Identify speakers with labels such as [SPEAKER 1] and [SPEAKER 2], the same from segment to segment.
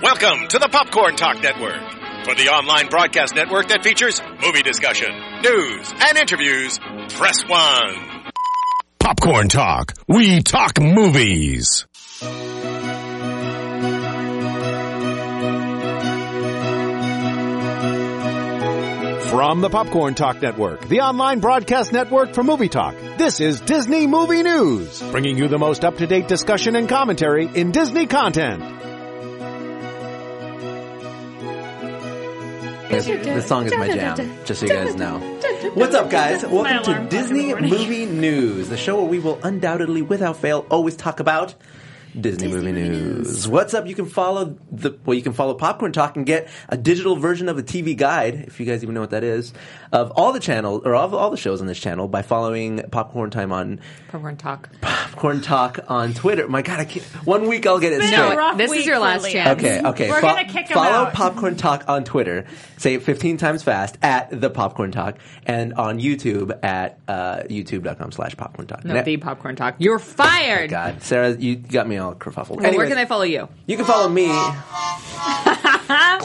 [SPEAKER 1] Welcome to the Popcorn Talk Network, for the online broadcast network that features movie discussion, news, and interviews. Press one.
[SPEAKER 2] Popcorn Talk. We talk movies.
[SPEAKER 3] From the Popcorn Talk Network, the online broadcast network for movie talk, this is Disney Movie News, bringing you the most up-to-date discussion and commentary in Disney content.
[SPEAKER 4] This, this song is my jam, just so you guys know. What's up, guys? Welcome to
[SPEAKER 5] alarm clock in the
[SPEAKER 4] Disney
[SPEAKER 5] morning.
[SPEAKER 4] Movie News, the show where we will undoubtedly, without fail, always talk about Disney, Movie
[SPEAKER 5] Movie
[SPEAKER 4] News.
[SPEAKER 5] News.
[SPEAKER 4] What's up? You can follow the well, you can follow Popcorn Talk and get a digital version of the TV guide, if you guys even know what that is, of all the channels or of all the shows on this channel by following Popcorn Time on
[SPEAKER 6] Popcorn talk.
[SPEAKER 4] Popcorn Talk on Twitter. My God, I can't, one week I'll get it
[SPEAKER 5] been a
[SPEAKER 4] straight.
[SPEAKER 5] rough
[SPEAKER 6] This is
[SPEAKER 5] week
[SPEAKER 6] your last
[SPEAKER 5] for Leah.
[SPEAKER 6] chance.
[SPEAKER 4] Okay, okay.
[SPEAKER 5] We're
[SPEAKER 4] Fo-
[SPEAKER 5] gonna kick 'em
[SPEAKER 4] Follow
[SPEAKER 5] out.
[SPEAKER 4] Popcorn Talk on Twitter. Say it 15 times fast at the Popcorn Talk and on YouTube at uh, youtube.com slash popcorn talk.
[SPEAKER 6] No,
[SPEAKER 4] Ne- Oh
[SPEAKER 6] the popcorn talk. You're fired.
[SPEAKER 4] God, Sarah, you got me all kerfuffled.
[SPEAKER 6] Well, where
[SPEAKER 4] Anyways,
[SPEAKER 6] can I follow you?
[SPEAKER 4] you can follow me.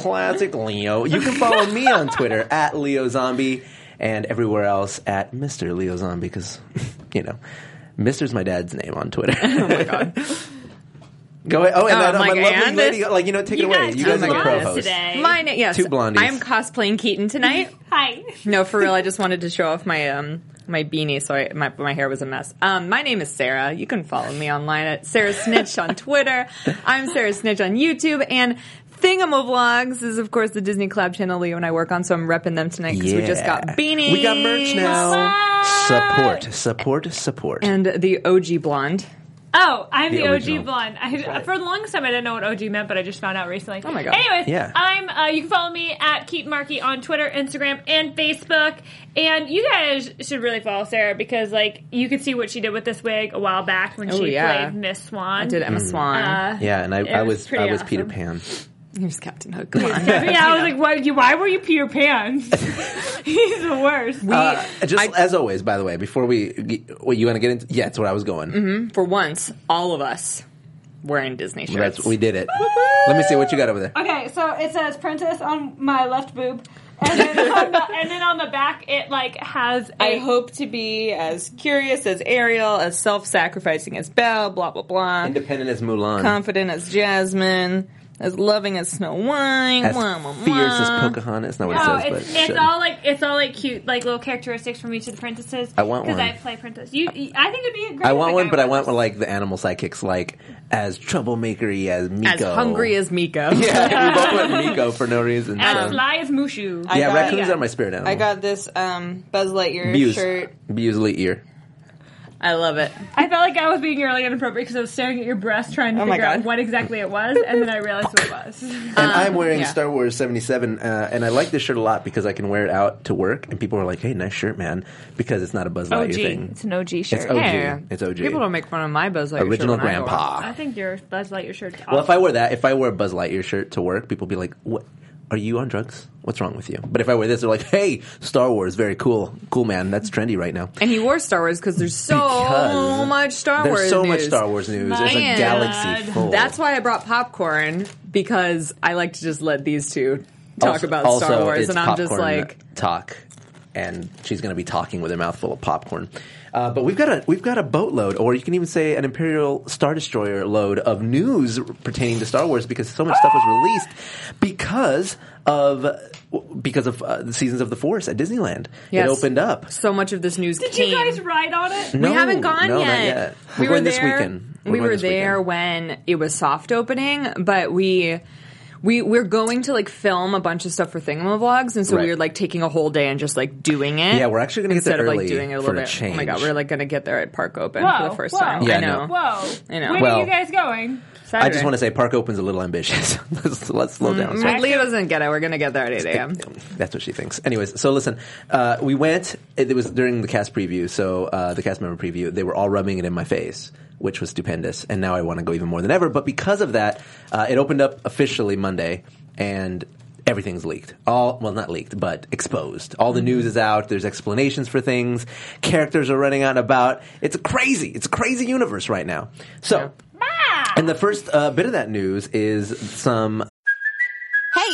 [SPEAKER 4] Classic Leo. You can follow me on Twitter at Leo Zombie and everywhere else at Mr. Leo Zombie because, you know, Mr.'s my dad's name on Twitter. Oh my God. Go ahead. Oh, and
[SPEAKER 6] Oh,
[SPEAKER 4] that, uh,
[SPEAKER 6] my
[SPEAKER 4] my lovely
[SPEAKER 6] and
[SPEAKER 4] lady,
[SPEAKER 6] this-
[SPEAKER 4] like, you know, take it away. You guys
[SPEAKER 6] took
[SPEAKER 4] are the
[SPEAKER 6] my
[SPEAKER 4] pro
[SPEAKER 6] class
[SPEAKER 4] host.
[SPEAKER 5] today.
[SPEAKER 6] My name, yes.
[SPEAKER 4] Two blondies.
[SPEAKER 6] I'm cosplaying Keaton tonight.
[SPEAKER 5] Hi.
[SPEAKER 6] no, for real. I just wanted to show off my um my beanie, so I, my my hair was a mess. Um, my name is Sarah. You can follow me online at Sarah Snitch on Twitter. I'm Sarah Snitch on YouTube and. Thingamavlogs is, of course, the Disney Collab channel Leo and I work on, so I'm repping them tonight because we just got
[SPEAKER 4] Yeah.
[SPEAKER 6] beanies.
[SPEAKER 4] We got merch now. Support, support, support.
[SPEAKER 6] And the OG Blonde.
[SPEAKER 5] Oh, I'm
[SPEAKER 4] The
[SPEAKER 5] the,
[SPEAKER 4] original.
[SPEAKER 5] OG blonde. I, For the longest time, I didn't know what OG meant, but I just found out recently.
[SPEAKER 6] Oh my God.
[SPEAKER 5] Anyways,
[SPEAKER 4] Yeah.
[SPEAKER 5] I'm. Uh, you can follow me at Keep Markey on Twitter, Instagram, and Facebook. And you guys should really follow Sarah because, like, you could see what she did with this wig a while back when
[SPEAKER 6] Oh,
[SPEAKER 5] she
[SPEAKER 6] yeah.
[SPEAKER 5] played Miss Swan.
[SPEAKER 6] I did Emma
[SPEAKER 4] Hmm.
[SPEAKER 6] Swan.
[SPEAKER 5] Uh,
[SPEAKER 4] yeah, and I,
[SPEAKER 5] it
[SPEAKER 4] I was
[SPEAKER 5] pretty
[SPEAKER 4] I was
[SPEAKER 5] awesome.
[SPEAKER 4] Peter Pan.
[SPEAKER 6] Here's Captain Hook. Come on.
[SPEAKER 5] Yeah, I was like, "What? You? Why were you Peter Pan? He's the worst."
[SPEAKER 4] Uh, just as always, by the way, before we, what you want to get into? Yeah, that's what I was going.
[SPEAKER 6] for once, all of us were in Disney shirts.
[SPEAKER 4] That's we did it. Let me see what you got over there.
[SPEAKER 5] Okay, so it says princess on my left boob, and then on the, and then on the back it like has. a
[SPEAKER 6] I hope to be as curious as Ariel, as self-sacrificing as Belle, blah blah blah,
[SPEAKER 4] Independent as Mulan,
[SPEAKER 6] confident as Jasmine, as loving as Snow White,
[SPEAKER 4] as
[SPEAKER 6] blah, blah,
[SPEAKER 4] fierce
[SPEAKER 6] blah.
[SPEAKER 4] as Pocahontas. Not what
[SPEAKER 5] No,
[SPEAKER 4] it says,
[SPEAKER 5] Oh, it's,
[SPEAKER 4] but
[SPEAKER 5] it's
[SPEAKER 4] shit.
[SPEAKER 5] all like it's all like cute like little characteristics from each of the princesses.
[SPEAKER 4] I want
[SPEAKER 5] because
[SPEAKER 4] one.
[SPEAKER 5] I play princess. You, you- I think it'd be great.
[SPEAKER 4] I
[SPEAKER 5] if
[SPEAKER 4] want
[SPEAKER 5] a
[SPEAKER 4] one,
[SPEAKER 5] guy
[SPEAKER 4] but I
[SPEAKER 5] was-
[SPEAKER 4] want one like the animal sidekicks, like as troublemakery as Miko,
[SPEAKER 6] as hungry as Miko.
[SPEAKER 4] yeah, we both went Miko for no reason.
[SPEAKER 5] as
[SPEAKER 4] so.
[SPEAKER 5] sly as Mushu.
[SPEAKER 6] I
[SPEAKER 4] yeah,
[SPEAKER 6] got-
[SPEAKER 4] raccoons are my spirit animal.
[SPEAKER 6] I got this um, Buzz Lightyear
[SPEAKER 4] Buse,
[SPEAKER 6] shirt.
[SPEAKER 4] Busley ear.
[SPEAKER 6] I love it.
[SPEAKER 5] I felt like I was being really inappropriate because I was staring at your breast trying to
[SPEAKER 6] Oh my
[SPEAKER 5] figure out
[SPEAKER 6] God.
[SPEAKER 5] what exactly it was, and then I realized what it was.
[SPEAKER 4] And I'm wearing
[SPEAKER 6] Um, yeah.
[SPEAKER 4] Star Wars 77, uh, and I like this shirt a lot because I can wear it out to work, and people are like, "Hey, nice shirt, man!" Because it's not a
[SPEAKER 6] Oh,
[SPEAKER 4] Buzz Lightyear
[SPEAKER 5] OG,
[SPEAKER 4] thing.
[SPEAKER 5] it's an OG shirt.
[SPEAKER 4] It's OG. It's OG.
[SPEAKER 6] People don't make fun of my Buzz Lightyear shirt
[SPEAKER 4] Original
[SPEAKER 6] when I wore it.
[SPEAKER 4] grandpa.
[SPEAKER 5] I think your Buzz Lightyear shirt's
[SPEAKER 4] Well, if I
[SPEAKER 5] awesome.
[SPEAKER 4] wear that, if I wear a Buzz Lightyear shirt to work, people be like, "What? Are you on drugs? What's wrong with you?" But if I wear this, they're like, "Hey, Star Wars, very cool, cool man. That's trendy right now."
[SPEAKER 6] And he wore Star Wars because there's so
[SPEAKER 4] Because
[SPEAKER 6] much Star
[SPEAKER 4] There's
[SPEAKER 6] Wars.
[SPEAKER 4] so much
[SPEAKER 6] news.
[SPEAKER 4] Star Wars news. There's a
[SPEAKER 6] Man.
[SPEAKER 4] galaxy full.
[SPEAKER 6] That's why I brought popcorn because I like to just let these two talk
[SPEAKER 4] Also-
[SPEAKER 6] about
[SPEAKER 4] also,
[SPEAKER 6] Star Wars,
[SPEAKER 4] it's
[SPEAKER 6] and I'm just
[SPEAKER 4] popcorn
[SPEAKER 6] like,
[SPEAKER 4] talk, and she's going to be talking with her mouth full of popcorn. Uh, but we've got a we've got a boatload, or you can even say an Imperial Star Destroyer load of news pertaining to Star Wars because so much stuff was released because of because of uh, the seasons of the Force at Disneyland.
[SPEAKER 6] Yes.
[SPEAKER 4] It opened up.
[SPEAKER 6] so much of this news.
[SPEAKER 5] Did
[SPEAKER 6] came.
[SPEAKER 5] you guys ride on it?
[SPEAKER 6] we
[SPEAKER 4] No,
[SPEAKER 6] haven't gone
[SPEAKER 4] no, not
[SPEAKER 6] yet.
[SPEAKER 4] yet. We're
[SPEAKER 6] We were
[SPEAKER 4] going
[SPEAKER 6] there.
[SPEAKER 4] this weekend. We're
[SPEAKER 6] We
[SPEAKER 4] going
[SPEAKER 6] were
[SPEAKER 4] this
[SPEAKER 6] there when it was soft opening, but we. We we're going to like film a bunch of stuff for Thingamavlogs, and so
[SPEAKER 4] Right.
[SPEAKER 6] we were like taking a whole day and just like doing it.
[SPEAKER 4] Yeah, we're actually gonna get there
[SPEAKER 6] instead of
[SPEAKER 4] early
[SPEAKER 6] like doing it a
[SPEAKER 4] for
[SPEAKER 6] little
[SPEAKER 4] a
[SPEAKER 6] bit. Oh my god,
[SPEAKER 4] change.
[SPEAKER 6] we're like gonna get there at Park Open for
[SPEAKER 5] Whoa,
[SPEAKER 6] the first
[SPEAKER 5] whoa.
[SPEAKER 6] time.
[SPEAKER 4] Yeah,
[SPEAKER 6] I
[SPEAKER 4] I know.
[SPEAKER 6] know.
[SPEAKER 5] Whoa!
[SPEAKER 6] I know.
[SPEAKER 5] When
[SPEAKER 4] Well-
[SPEAKER 5] are you guys going?
[SPEAKER 4] I just want to say Park Open's a little ambitious. let's, let's slow down. sir.
[SPEAKER 6] But Leah doesn't get it. We're gonna get there at eight a.m.
[SPEAKER 4] That's what she thinks. Anyways, so listen, uh, we went. It was during the cast preview, so uh, the cast member preview. They were all rubbing it in my face, which was stupendous. And now I want to go even more than ever. But because of that, uh, it opened up officially Monday, and everything's leaked. All well, not leaked, but exposed. All the news is out. There's explanations for things. Characters are running out and about. It's crazy. It's a crazy universe right now. So. And the first uh, bit of that news is some
[SPEAKER 7] Hey,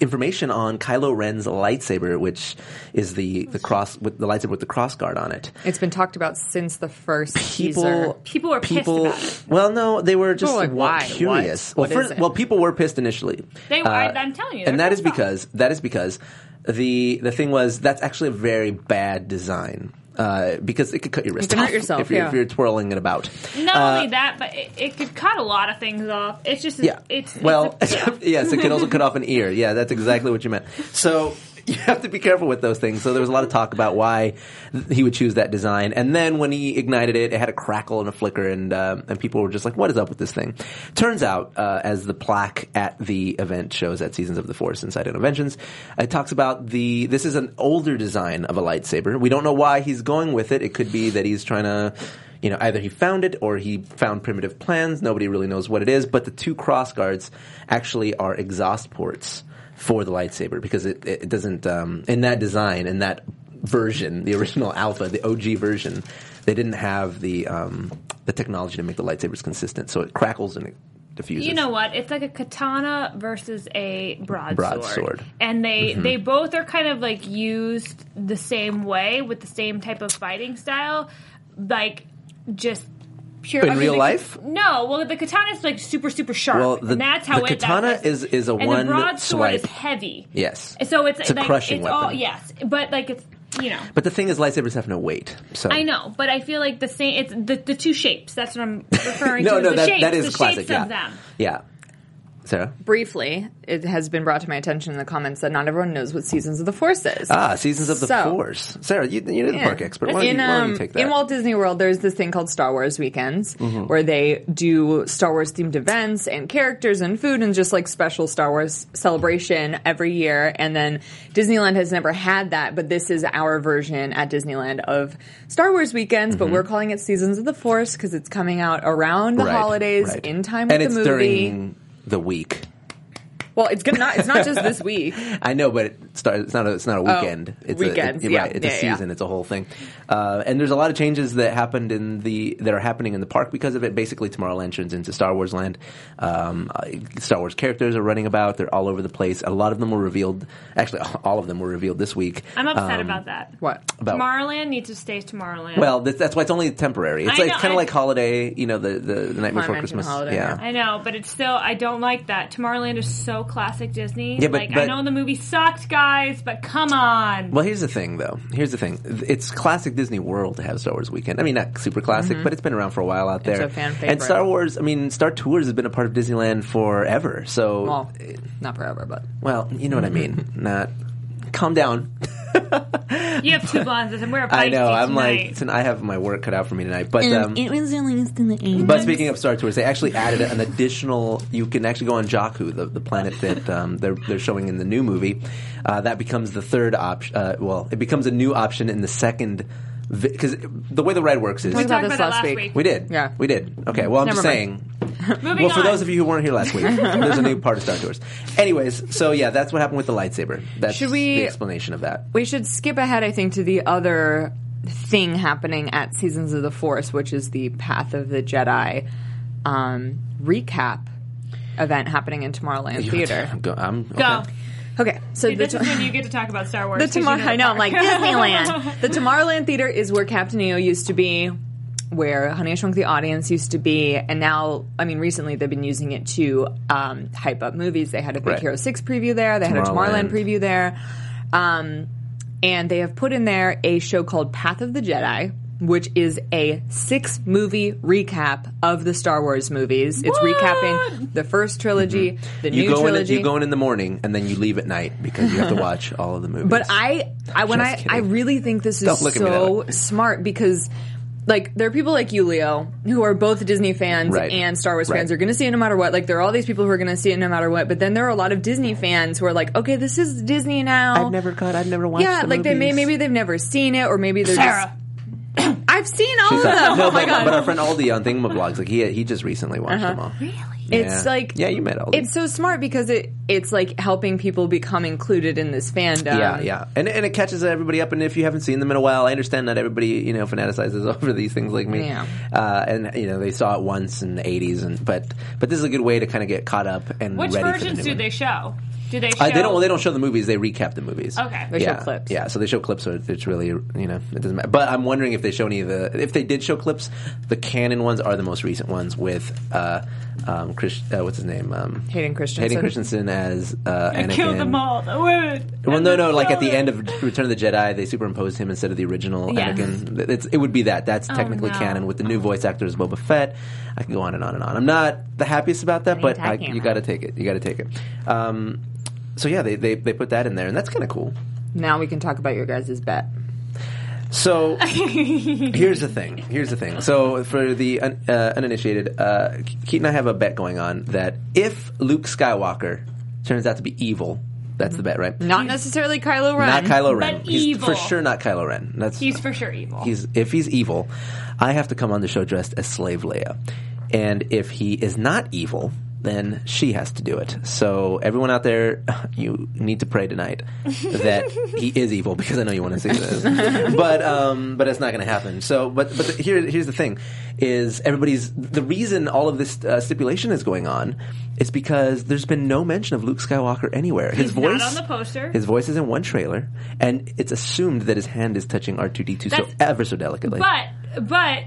[SPEAKER 4] information on Kylo Ren's lightsaber, which is the, the cross with the lightsaber with the cross guard on it.
[SPEAKER 6] It's been talked about since the first teaser.
[SPEAKER 4] People,
[SPEAKER 5] People were pissed
[SPEAKER 4] people.
[SPEAKER 5] about it.
[SPEAKER 4] Well, no, they were just
[SPEAKER 6] were like,
[SPEAKER 4] wa-
[SPEAKER 6] why?
[SPEAKER 4] curious.
[SPEAKER 6] What?
[SPEAKER 4] Well,
[SPEAKER 6] What is it?
[SPEAKER 4] well, people were pissed initially. Uh,
[SPEAKER 5] They were, I'm telling you,
[SPEAKER 4] and
[SPEAKER 5] they're
[SPEAKER 4] that is
[SPEAKER 5] pissed off.
[SPEAKER 4] because that is because the the thing was that's actually a very bad design. Uh, because it could cut your wrist
[SPEAKER 6] can hurt
[SPEAKER 4] off
[SPEAKER 6] yourself,
[SPEAKER 4] if, you're, if
[SPEAKER 6] yeah.
[SPEAKER 4] you're twirling it about.
[SPEAKER 5] Not only that, but it, it could cut a lot of things off. It's just,
[SPEAKER 4] Yeah.
[SPEAKER 5] it's, it's
[SPEAKER 4] well,
[SPEAKER 5] a- yeah.
[SPEAKER 4] yes, it can also cut off an ear. Yeah, that's exactly what you meant. So you have to be careful with those things. So there was a lot of talk about why th- he would choose that design, and then when he ignited it, it had a crackle and a flicker, and um, and people were just like, "What is up with this thing?" Turns out, uh, as the plaque at the event shows at Seasons of the Force Inside Interventions, it talks about the this is an older design of a lightsaber. We don't know why he's going with it. It could be that he's trying to you know, either he found it or he found primitive plans. Nobody really knows what it is, but the two cross guards actually are exhaust ports for the lightsaber because it, it doesn't, um, in that design, in that version, the original alpha, the OG version, they didn't have the, um, the technology to make the lightsabers consistent. So it crackles and it diffuses.
[SPEAKER 5] You know what? It's like a katana versus a broadsword.
[SPEAKER 4] Broadsword. Mm-hmm.
[SPEAKER 5] And they they both are kind of like used the same way with the same type of fighting style. Like just pure
[SPEAKER 4] In
[SPEAKER 5] I mean,
[SPEAKER 4] real
[SPEAKER 5] the-
[SPEAKER 4] life?
[SPEAKER 5] No, well the katana is like super super sharp.
[SPEAKER 4] Well, the-
[SPEAKER 5] and that's how
[SPEAKER 4] the
[SPEAKER 5] it,
[SPEAKER 4] katana
[SPEAKER 5] that's-
[SPEAKER 4] is- is a
[SPEAKER 5] and
[SPEAKER 4] one
[SPEAKER 5] the broadsword is
[SPEAKER 4] swipe.
[SPEAKER 5] heavy.
[SPEAKER 4] Yes.
[SPEAKER 5] So it's,
[SPEAKER 4] It's a
[SPEAKER 5] like
[SPEAKER 4] crushing
[SPEAKER 5] it's
[SPEAKER 4] weapon.
[SPEAKER 5] all yes, but like it's you know.
[SPEAKER 4] But the thing is, lightsabers have no weight. So
[SPEAKER 5] I know, but I feel like the same. It's the, the two shapes. That's what I'm referring
[SPEAKER 4] No,
[SPEAKER 5] to.
[SPEAKER 4] no,
[SPEAKER 5] the
[SPEAKER 4] that,
[SPEAKER 5] shapes,
[SPEAKER 4] that is
[SPEAKER 5] the
[SPEAKER 4] classic.
[SPEAKER 5] Shapes
[SPEAKER 4] yeah.
[SPEAKER 5] of them.
[SPEAKER 4] Yeah. Sarah?
[SPEAKER 6] Briefly, it has been brought to my attention in the comments that not everyone knows what Seasons of the Force is.
[SPEAKER 4] Ah, Seasons of the
[SPEAKER 6] So-
[SPEAKER 4] Force. Sarah, you, you're the
[SPEAKER 6] Yeah.
[SPEAKER 4] park expert. Why don't,
[SPEAKER 6] in,
[SPEAKER 4] you, why don't you
[SPEAKER 6] um,
[SPEAKER 4] take that? Mm-hmm.
[SPEAKER 6] in Walt Disney World, there's this thing called Star Wars Weekends, where they do Star Wars themed events and characters and food and just like special Star Wars celebration every year. And then Disneyland has never had that, but this is our version at Disneyland of Star Wars Weekends.
[SPEAKER 4] Mm-hmm.
[SPEAKER 6] But we're calling it Seasons of the Force because it's coming out around the
[SPEAKER 4] Right,
[SPEAKER 6] holidays
[SPEAKER 4] right.
[SPEAKER 6] in time
[SPEAKER 4] and
[SPEAKER 6] with
[SPEAKER 4] it's
[SPEAKER 6] the movie.
[SPEAKER 4] during the week.
[SPEAKER 6] well, it's gonna not. It's not just this week.
[SPEAKER 4] I know, but it starts, it's not a, it's not a weekend. it's
[SPEAKER 6] Oh, weekends,
[SPEAKER 4] A, it-
[SPEAKER 6] yeah,
[SPEAKER 4] right, it's a
[SPEAKER 6] yeah, yeah.
[SPEAKER 4] season. It's a whole thing. Uh, and there's a lot of changes that happened in the that are happening in the park because of it. Basically, Tomorrowland turns into Star Wars Land. Um, uh, Star Wars characters are running about. They're all over the place. A lot of them were revealed. Actually, all of them were revealed this week.
[SPEAKER 5] I'm
[SPEAKER 4] Um,
[SPEAKER 5] upset about that.
[SPEAKER 6] What?
[SPEAKER 4] About
[SPEAKER 5] Tomorrowland needs to stay Tomorrowland.
[SPEAKER 4] Well, that, that's why it's only temporary. It's
[SPEAKER 5] I
[SPEAKER 4] like
[SPEAKER 5] know,
[SPEAKER 4] kind of
[SPEAKER 5] I-
[SPEAKER 4] like holiday, you know, the the, the night before
[SPEAKER 6] Mansion
[SPEAKER 4] Christmas.
[SPEAKER 6] holiday,
[SPEAKER 4] yeah.
[SPEAKER 5] I know, but it's still I don't like that. Tomorrowland is so classic Disney.
[SPEAKER 4] Yeah, but-
[SPEAKER 5] like
[SPEAKER 4] but-
[SPEAKER 5] I know the movie sucked, guys, but come on.
[SPEAKER 4] Well, here's the thing, though. Here's the thing. It's classic Disney World to have Star Wars Weekend. I mean, not super classic, but it's been around for a while out there.
[SPEAKER 6] a fan
[SPEAKER 4] And
[SPEAKER 6] favorite.
[SPEAKER 4] Star Wars, I mean, Star Tours has been a part of Disneyland forever. So,
[SPEAKER 6] Well,
[SPEAKER 4] well,
[SPEAKER 6] not forever, but
[SPEAKER 4] you know what I mean. Not. Calm down.
[SPEAKER 5] you have two blondes and we're a
[SPEAKER 4] I know.
[SPEAKER 5] feisty
[SPEAKER 4] I'm like,
[SPEAKER 5] tonight.
[SPEAKER 4] tonight- I have my work cut out for me tonight. But um, But speaking of Star Tours, they actually added an additional. You can actually go on Jakku, the, the planet that um, they're they're showing in the new movie. Uh, that becomes the third option. Uh, well, it becomes a new option in the second. Because the way the ride works is
[SPEAKER 5] we
[SPEAKER 6] about
[SPEAKER 5] talked
[SPEAKER 6] this
[SPEAKER 5] about that last
[SPEAKER 6] last week.
[SPEAKER 5] week.
[SPEAKER 4] we did.
[SPEAKER 6] Yeah.
[SPEAKER 4] We did. Okay. Well, I'm
[SPEAKER 6] Never
[SPEAKER 4] just
[SPEAKER 6] mind.
[SPEAKER 4] saying.
[SPEAKER 5] Moving
[SPEAKER 4] Well, for
[SPEAKER 5] on.
[SPEAKER 4] those of you who weren't here last week, there's a new part of Star Tours. Anyways, so yeah, that's what happened with the lightsaber. That's
[SPEAKER 6] Should we-
[SPEAKER 4] the explanation of that.
[SPEAKER 6] We should skip ahead, I think, to the other thing happening at Seasons of the Force, which is the Path of the Jedi um, recap event happening in Tomorrowland Theater.
[SPEAKER 4] I'm go- I'm- okay.
[SPEAKER 5] go.
[SPEAKER 6] Okay, so
[SPEAKER 5] See,
[SPEAKER 6] the
[SPEAKER 5] this is when you get to talk about Star Wars.
[SPEAKER 6] the
[SPEAKER 5] 'cause you
[SPEAKER 6] tomorrow,
[SPEAKER 5] the
[SPEAKER 6] I know, I'm like
[SPEAKER 5] park.
[SPEAKER 6] Disneyland. the Tomorrowland Theater is where Captain EO used to be, where Honey I Shrunk the Audience used to be, and now, I mean, recently they've been using it to um, hype up movies. They had a Big
[SPEAKER 4] Right.
[SPEAKER 6] Hero Six preview there. They had a
[SPEAKER 4] Tomorrowland.
[SPEAKER 6] Tomorrowland preview there, um, and they have put in there a show called Path of the Jedi. Which is a six movie recap of the Star Wars movies. It's recapping the first trilogy, the
[SPEAKER 4] Mm-hmm. You
[SPEAKER 6] new
[SPEAKER 4] go, in,
[SPEAKER 6] trilogy.
[SPEAKER 4] you go in in the morning and then you leave at night because you have to watch all of the movies.
[SPEAKER 6] But I, I when
[SPEAKER 4] Just
[SPEAKER 6] I,
[SPEAKER 4] kidding.
[SPEAKER 6] I really think this is
[SPEAKER 4] Don't look at me that
[SPEAKER 6] so
[SPEAKER 4] way.
[SPEAKER 6] smart because like there are people like you, Leo, who are both Disney fans
[SPEAKER 4] Right.
[SPEAKER 6] and Star Wars
[SPEAKER 4] Right.
[SPEAKER 6] fans. They're going to see it no matter what. Like there are all these people who are going to see it no matter what. But then there are a lot of Disney fans who are like, okay, this is Disney now.
[SPEAKER 4] I've never got. I've never watched.
[SPEAKER 6] yeah,
[SPEAKER 4] the
[SPEAKER 6] like they may
[SPEAKER 4] movies.
[SPEAKER 6] maybe they've never seen it, or maybe they're just. I've seen all
[SPEAKER 4] She's
[SPEAKER 6] of
[SPEAKER 4] like,
[SPEAKER 6] them.
[SPEAKER 4] no,
[SPEAKER 6] oh my
[SPEAKER 4] but,
[SPEAKER 6] god! Uh-huh.
[SPEAKER 4] but our friend Aldi on Thingamablogs, like he he just recently watched them all. Really?
[SPEAKER 6] It's like-
[SPEAKER 4] yeah, you met Aldi.
[SPEAKER 6] It's so smart because it it's like helping people become included in this fandom.
[SPEAKER 4] yeah, yeah, and and it catches everybody up. And if you haven't seen them in a while, I understand that everybody you know fanaticizes over these things like me.
[SPEAKER 6] Yeah.
[SPEAKER 4] Uh, and you know they saw it once in the '80s, and but but this is a good way to kind of get caught up and
[SPEAKER 5] Which
[SPEAKER 4] ready for the
[SPEAKER 5] versions
[SPEAKER 4] new
[SPEAKER 5] do
[SPEAKER 4] one.
[SPEAKER 5] they show? Do they show?
[SPEAKER 4] Uh, they don't. Well, they don't show the movies. They recap the movies.
[SPEAKER 5] Okay. They
[SPEAKER 6] show
[SPEAKER 4] yeah,
[SPEAKER 6] clips.
[SPEAKER 4] Yeah, so they show clips. So it's- it's really you know it doesn't matter. But I'm wondering if they show any of the. If they did show clips, the canon ones are the most recent ones with uh, um, Chris, uh, what's his name? Um,
[SPEAKER 6] Hayden Christensen.
[SPEAKER 4] Hayden Christensen as uh, Anakin.
[SPEAKER 5] Kill them all. The women.
[SPEAKER 4] Well,
[SPEAKER 5] And oh,
[SPEAKER 4] no,
[SPEAKER 5] the
[SPEAKER 4] no. Like at the
[SPEAKER 5] children.
[SPEAKER 4] end of Return of the Jedi, they superimposed him instead of the original
[SPEAKER 5] Yeah.
[SPEAKER 4] Anakin. It's, it would be that. That's technically
[SPEAKER 5] no.
[SPEAKER 4] canon. With the new voice actor as Boba Fett, I can go on and on and on. I'm not the happiest about that, but I,
[SPEAKER 6] attacking
[SPEAKER 4] you
[SPEAKER 6] him.
[SPEAKER 4] got to take it. You got to take it. Um, so yeah, they, they they put that in there, and that's kind of cool.
[SPEAKER 6] Now we can talk about your guys' bet.
[SPEAKER 4] So here's the thing. Here's the thing. So for the un, uh, uninitiated, uh, Keaton and I have a bet going on that if Luke Skywalker turns out to be evil, that's the bet, right?
[SPEAKER 6] Not necessarily Kylo Ren.
[SPEAKER 4] Not Kylo Ren.
[SPEAKER 5] But
[SPEAKER 4] he's
[SPEAKER 5] evil.
[SPEAKER 4] for sure not Kylo Ren. That's
[SPEAKER 5] he's for sure evil.
[SPEAKER 4] he's if he's evil, I have to come on the show dressed as Slave Leia, and if he is not evil, then she has to do it. So everyone out there, you need to pray tonight that he is evil because I know you want to see this, but um, but it's not going to happen. So but but the, here here's the thing is everybody's the reason all of this uh, stipulation is going on is because there's been no mention of Luke Skywalker anywhere. His
[SPEAKER 5] He's not
[SPEAKER 4] voice
[SPEAKER 5] on the poster.
[SPEAKER 4] His voice is in one trailer, and it's assumed that his hand is touching R2D2 so
[SPEAKER 5] That's-
[SPEAKER 4] ever so delicately.
[SPEAKER 5] but but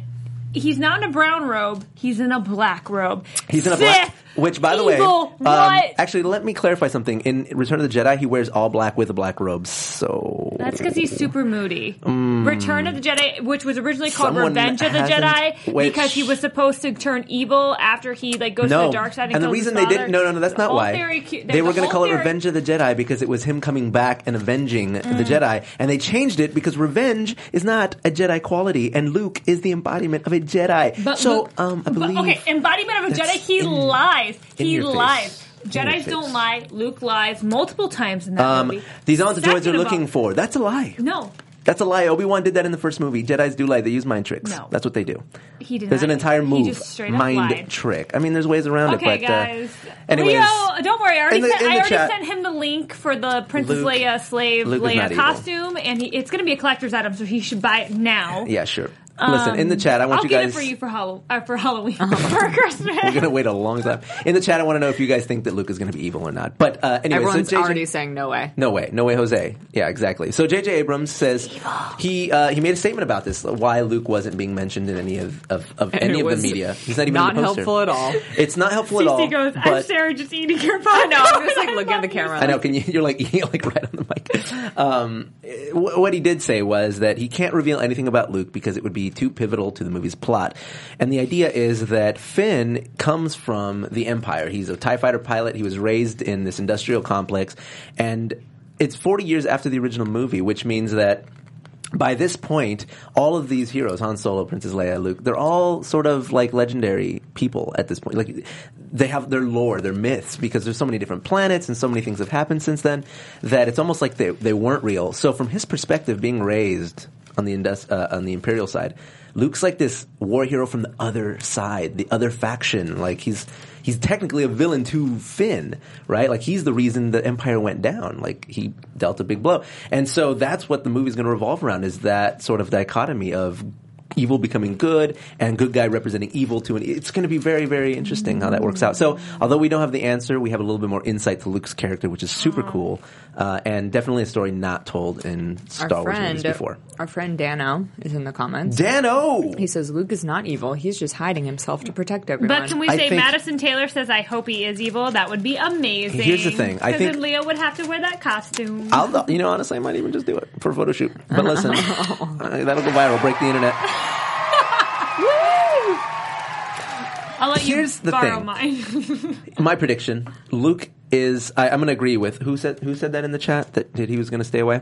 [SPEAKER 5] he's not in a brown robe. He's in a black robe.
[SPEAKER 4] He's in a
[SPEAKER 5] Sith,
[SPEAKER 4] black, which, by the way,
[SPEAKER 5] evil,
[SPEAKER 4] um,
[SPEAKER 5] what?
[SPEAKER 4] actually, let me clarify something. In Return of the Jedi, he wears all black with a black robe. So
[SPEAKER 5] That's because he's super moody. Return of the Jedi, which was originally called
[SPEAKER 4] Hmm. Someone
[SPEAKER 5] Revenge of the
[SPEAKER 4] hasn't-
[SPEAKER 5] Jedi,
[SPEAKER 4] which-
[SPEAKER 5] because he was supposed to turn evil after he like goes to
[SPEAKER 4] no,
[SPEAKER 5] the dark side. And,
[SPEAKER 4] and the
[SPEAKER 5] kills his
[SPEAKER 4] reason they
[SPEAKER 5] father.
[SPEAKER 4] didn't no no no that's
[SPEAKER 5] The
[SPEAKER 4] not
[SPEAKER 5] whole
[SPEAKER 4] why
[SPEAKER 5] theory cu-
[SPEAKER 4] they were
[SPEAKER 5] the
[SPEAKER 4] going
[SPEAKER 5] whole
[SPEAKER 4] to call it
[SPEAKER 5] theory-
[SPEAKER 4] Revenge of the Jedi because it was him coming back and avenging
[SPEAKER 5] Mm.
[SPEAKER 4] the Jedi, and they changed it because revenge is not a Jedi quality, and Luke is the embodiment of a Jedi.
[SPEAKER 5] But
[SPEAKER 4] so
[SPEAKER 5] Luke-
[SPEAKER 4] um, I
[SPEAKER 5] but-
[SPEAKER 4] believe
[SPEAKER 5] okay, embodiment of a
[SPEAKER 4] that's
[SPEAKER 5] Jedi. He
[SPEAKER 4] in-
[SPEAKER 5] lies.
[SPEAKER 4] in
[SPEAKER 5] He
[SPEAKER 4] your face.
[SPEAKER 5] lies.
[SPEAKER 4] In your
[SPEAKER 5] Jedi's
[SPEAKER 4] face.
[SPEAKER 5] don't lie. Luke lies multiple times in that
[SPEAKER 4] um,
[SPEAKER 5] movie.
[SPEAKER 4] these aren't the droids
[SPEAKER 5] Second
[SPEAKER 4] you're
[SPEAKER 5] of
[SPEAKER 4] looking
[SPEAKER 5] all-
[SPEAKER 4] for. That's a lie.
[SPEAKER 5] No,
[SPEAKER 4] That's a lie. Obi Wan did that in the first movie. Jedi's do lie. They use mind tricks.
[SPEAKER 5] No.
[SPEAKER 4] That's what they do.
[SPEAKER 5] He did
[SPEAKER 4] There's
[SPEAKER 5] not.
[SPEAKER 4] an entire
[SPEAKER 5] He
[SPEAKER 4] move,
[SPEAKER 5] just straight up
[SPEAKER 4] mind
[SPEAKER 5] lied.
[SPEAKER 4] trick. I mean, there's ways around
[SPEAKER 5] Okay,
[SPEAKER 4] it, but
[SPEAKER 5] guys.
[SPEAKER 4] uh, anyways,
[SPEAKER 5] Leo, don't worry. I already,
[SPEAKER 4] in the-
[SPEAKER 5] sent,
[SPEAKER 4] in
[SPEAKER 5] I
[SPEAKER 4] the
[SPEAKER 5] already
[SPEAKER 4] chat-
[SPEAKER 5] sent him the link for the Princess
[SPEAKER 4] Luke-
[SPEAKER 5] Leia slave
[SPEAKER 4] Luke is not
[SPEAKER 5] Leia
[SPEAKER 4] evil.
[SPEAKER 5] costume, and he, it's going to be a collector's item, so he should buy it now.
[SPEAKER 4] yeah, sure. Listen, in the chat, I want
[SPEAKER 5] um, I'll
[SPEAKER 4] you
[SPEAKER 5] get
[SPEAKER 4] guys. Uh-huh.
[SPEAKER 5] it for you for, Hall- uh, for Halloween for Christmas.
[SPEAKER 4] We're gonna wait a long time. In the chat, I want to know if you guys think that Luke is gonna be evil or not. But uh, anyway,
[SPEAKER 6] Everyone's
[SPEAKER 4] so JJ
[SPEAKER 6] already saying no way.
[SPEAKER 4] No way, no way, Jose. Yeah, exactly. So J.J. Abrams says he uh, he made a statement about this, why Luke wasn't being mentioned in any of of, of
[SPEAKER 6] it
[SPEAKER 4] any of the
[SPEAKER 6] was
[SPEAKER 4] media. He's not even
[SPEAKER 6] Not
[SPEAKER 4] in the poster.
[SPEAKER 6] helpful at all.
[SPEAKER 4] It's not helpful at all.
[SPEAKER 5] He goes, I'm
[SPEAKER 4] but-
[SPEAKER 5] Sarah just eating your
[SPEAKER 6] I
[SPEAKER 5] popcorn.
[SPEAKER 6] know. I'm just like looking at the
[SPEAKER 5] love
[SPEAKER 6] camera.
[SPEAKER 4] I know. Can you? You're like you're like right on the mic. Um, eh, wh- what he did say was that he can't reveal anything about Luke because it would be too pivotal to the movie's plot. And the idea is that Finn comes from the Empire. He's a Tie Fighter pilot. He was raised in this industrial complex, and it's 40 years after the original movie, which means that by this point, all of these heroes, Han Solo, Princess Leia, Luke, they're all sort of like legendary people at this point. Like, they have their lore, their myths, because there's so many different planets and so many things have happened since then that it's almost like they, they weren't real. So from his perspective, being raised on the, indus- uh, on the Imperial side, Luke's like this war hero from the other side, the other faction. Like, he's, he's technically a villain to Finn, right? Like he's the reason the Empire went down. Like he dealt a big blow, and so that's what the movie's going to revolve around: is that sort of dichotomy of evil becoming good and good guy representing evil to an it's going to be very very interesting how that works out so although we don't have the answer we have a little bit more insight to luke's character which is super cool uh, and definitely a story not told in star
[SPEAKER 6] our
[SPEAKER 4] wars
[SPEAKER 6] friend,
[SPEAKER 4] movies before
[SPEAKER 6] our friend Dano is in the comments.
[SPEAKER 4] dano
[SPEAKER 6] he says Luke is not evil. He's just hiding himself to protect everyone.
[SPEAKER 5] But can we
[SPEAKER 4] I
[SPEAKER 5] say
[SPEAKER 4] think-
[SPEAKER 5] Madison Taylor says, I hope he is evil? That would be amazing.
[SPEAKER 4] Here's the thing, I
[SPEAKER 5] 'Cause
[SPEAKER 4] think-
[SPEAKER 5] then Leo would have to wear that costume.
[SPEAKER 4] I'll, you know, honestly, I might even just do it for a photo shoot. But listen, uh,
[SPEAKER 5] Uh-huh.
[SPEAKER 4] that'll go viral, break the internet.
[SPEAKER 5] I'll let
[SPEAKER 4] Here's
[SPEAKER 5] you
[SPEAKER 4] the
[SPEAKER 5] borrow
[SPEAKER 4] thing.
[SPEAKER 5] mine.
[SPEAKER 4] My prediction: Luke is. I, I'm going to agree with who said who said that in the chat that, that he was going to stay away.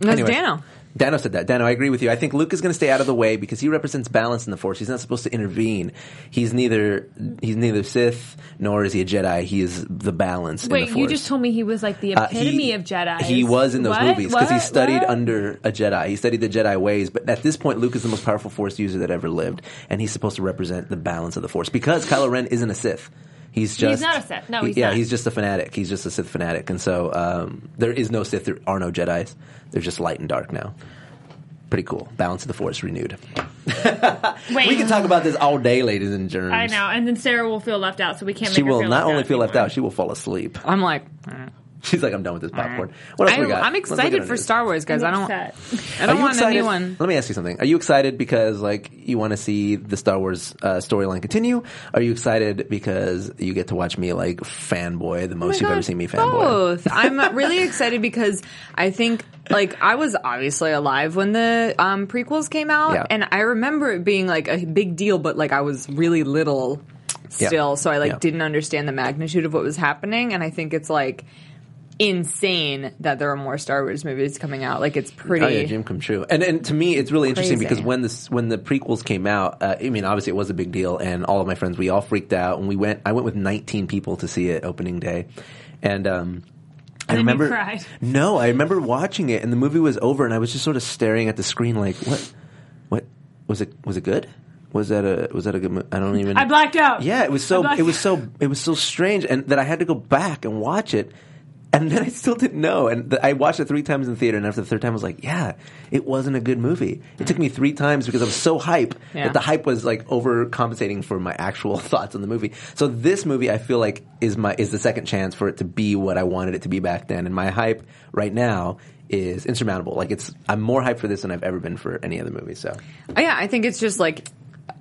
[SPEAKER 6] That's
[SPEAKER 4] Anyway.
[SPEAKER 6] Dano.
[SPEAKER 4] Dano said that. Dano, I agree with you. I think Luke is going to stay out of the way because he represents balance in the Force. He's not supposed to intervene. He's neither he's neither Sith nor is he a Jedi. He is the balance. in
[SPEAKER 5] Wait,
[SPEAKER 4] the Force.
[SPEAKER 5] you just told me he was like the
[SPEAKER 4] Uh,
[SPEAKER 5] epitome of Jedi.
[SPEAKER 4] He was in those movies because he studied
[SPEAKER 5] under.
[SPEAKER 4] under a Jedi. He studied the Jedi ways, but at this point, Luke is the most powerful Force user that ever lived, and he's supposed to represent the balance of the Force because Kylo Ren isn't a Sith. He's just
[SPEAKER 5] not a Sith. No,
[SPEAKER 4] he-
[SPEAKER 5] he's
[SPEAKER 4] yeah,
[SPEAKER 5] not.
[SPEAKER 4] he's just a fanatic. He's just a Sith fanatic, and so um, there is no Sith. There are no Jedi's. There's just light and dark now. Pretty cool. Balance of the Force renewed.
[SPEAKER 5] Wait,
[SPEAKER 4] We can talk about this all day, ladies and gentlemen.
[SPEAKER 5] I know, and then Sarah will feel left out, so we can't.
[SPEAKER 4] She
[SPEAKER 5] make her
[SPEAKER 4] will
[SPEAKER 5] feel
[SPEAKER 4] not
[SPEAKER 5] left
[SPEAKER 4] only
[SPEAKER 5] out
[SPEAKER 4] feel left
[SPEAKER 5] anymore.
[SPEAKER 4] out; she will fall asleep.
[SPEAKER 6] I'm like, eh.
[SPEAKER 4] She's like, "I'm done with this popcorn."
[SPEAKER 5] Mm.
[SPEAKER 4] What else
[SPEAKER 6] I,
[SPEAKER 4] we got?
[SPEAKER 6] I'm
[SPEAKER 4] Let's look
[SPEAKER 6] excited
[SPEAKER 4] at
[SPEAKER 6] for
[SPEAKER 4] news.
[SPEAKER 6] Star Wars, guys. I don't, I
[SPEAKER 5] Upset.
[SPEAKER 6] don't
[SPEAKER 4] Are you
[SPEAKER 6] want
[SPEAKER 4] excited?
[SPEAKER 6] anyone.
[SPEAKER 4] Let me ask you something. Are you excited because like you want to see the Star Wars uh, storyline continue? Are you excited because you get to watch me like fanboy the most you've ever
[SPEAKER 6] God,
[SPEAKER 4] seen me fanboy?
[SPEAKER 6] Oh Both. I'm uh, really excited because I think like I was obviously alive when the um, prequels came out,
[SPEAKER 4] Yeah.
[SPEAKER 6] and I remember it being like a big deal, but like I was really little
[SPEAKER 4] Yeah.
[SPEAKER 6] still, so I like
[SPEAKER 4] Yeah.
[SPEAKER 6] didn't understand the magnitude of what was happening, and I think it's like insane that there are more Star Wars movies coming out. Like it's pretty.
[SPEAKER 4] Oh yeah, Jim come true. And and to me, it's really interesting
[SPEAKER 6] Crazy.
[SPEAKER 4] because when this when the prequels came out, uh, I mean, obviously it was a big deal, and all of my friends we all freaked out, and we went. I went with 19 people to see it opening day, and um, I
[SPEAKER 5] And then you
[SPEAKER 4] remember.
[SPEAKER 5] cried.
[SPEAKER 4] No, I remember watching it, and the movie was over, and I was just sort of staring at the screen, like, what, what was it? Was it good? Was that a was that a good? Mo- I don't even.
[SPEAKER 5] I blacked out.
[SPEAKER 4] Yeah, it was
[SPEAKER 5] I
[SPEAKER 4] so
[SPEAKER 5] blacked
[SPEAKER 4] it was so it was so strange, and that I had to go back and watch it, and then I still didn't know. And th- I watched it three times in theater, and after the third time, I was like, "Yeah, it wasn't a good movie." It took me three times because I was so hype
[SPEAKER 6] Yeah.
[SPEAKER 4] that the hype was like overcompensating for my actual thoughts on the movie. So this movie, I feel like is my is the second chance for it to be what I wanted it to be back then, and my hype right now is insurmountable. Like it's I'm more hyped for this than I've ever been for any other movie. So
[SPEAKER 6] Oh, Yeah, I think it's just like.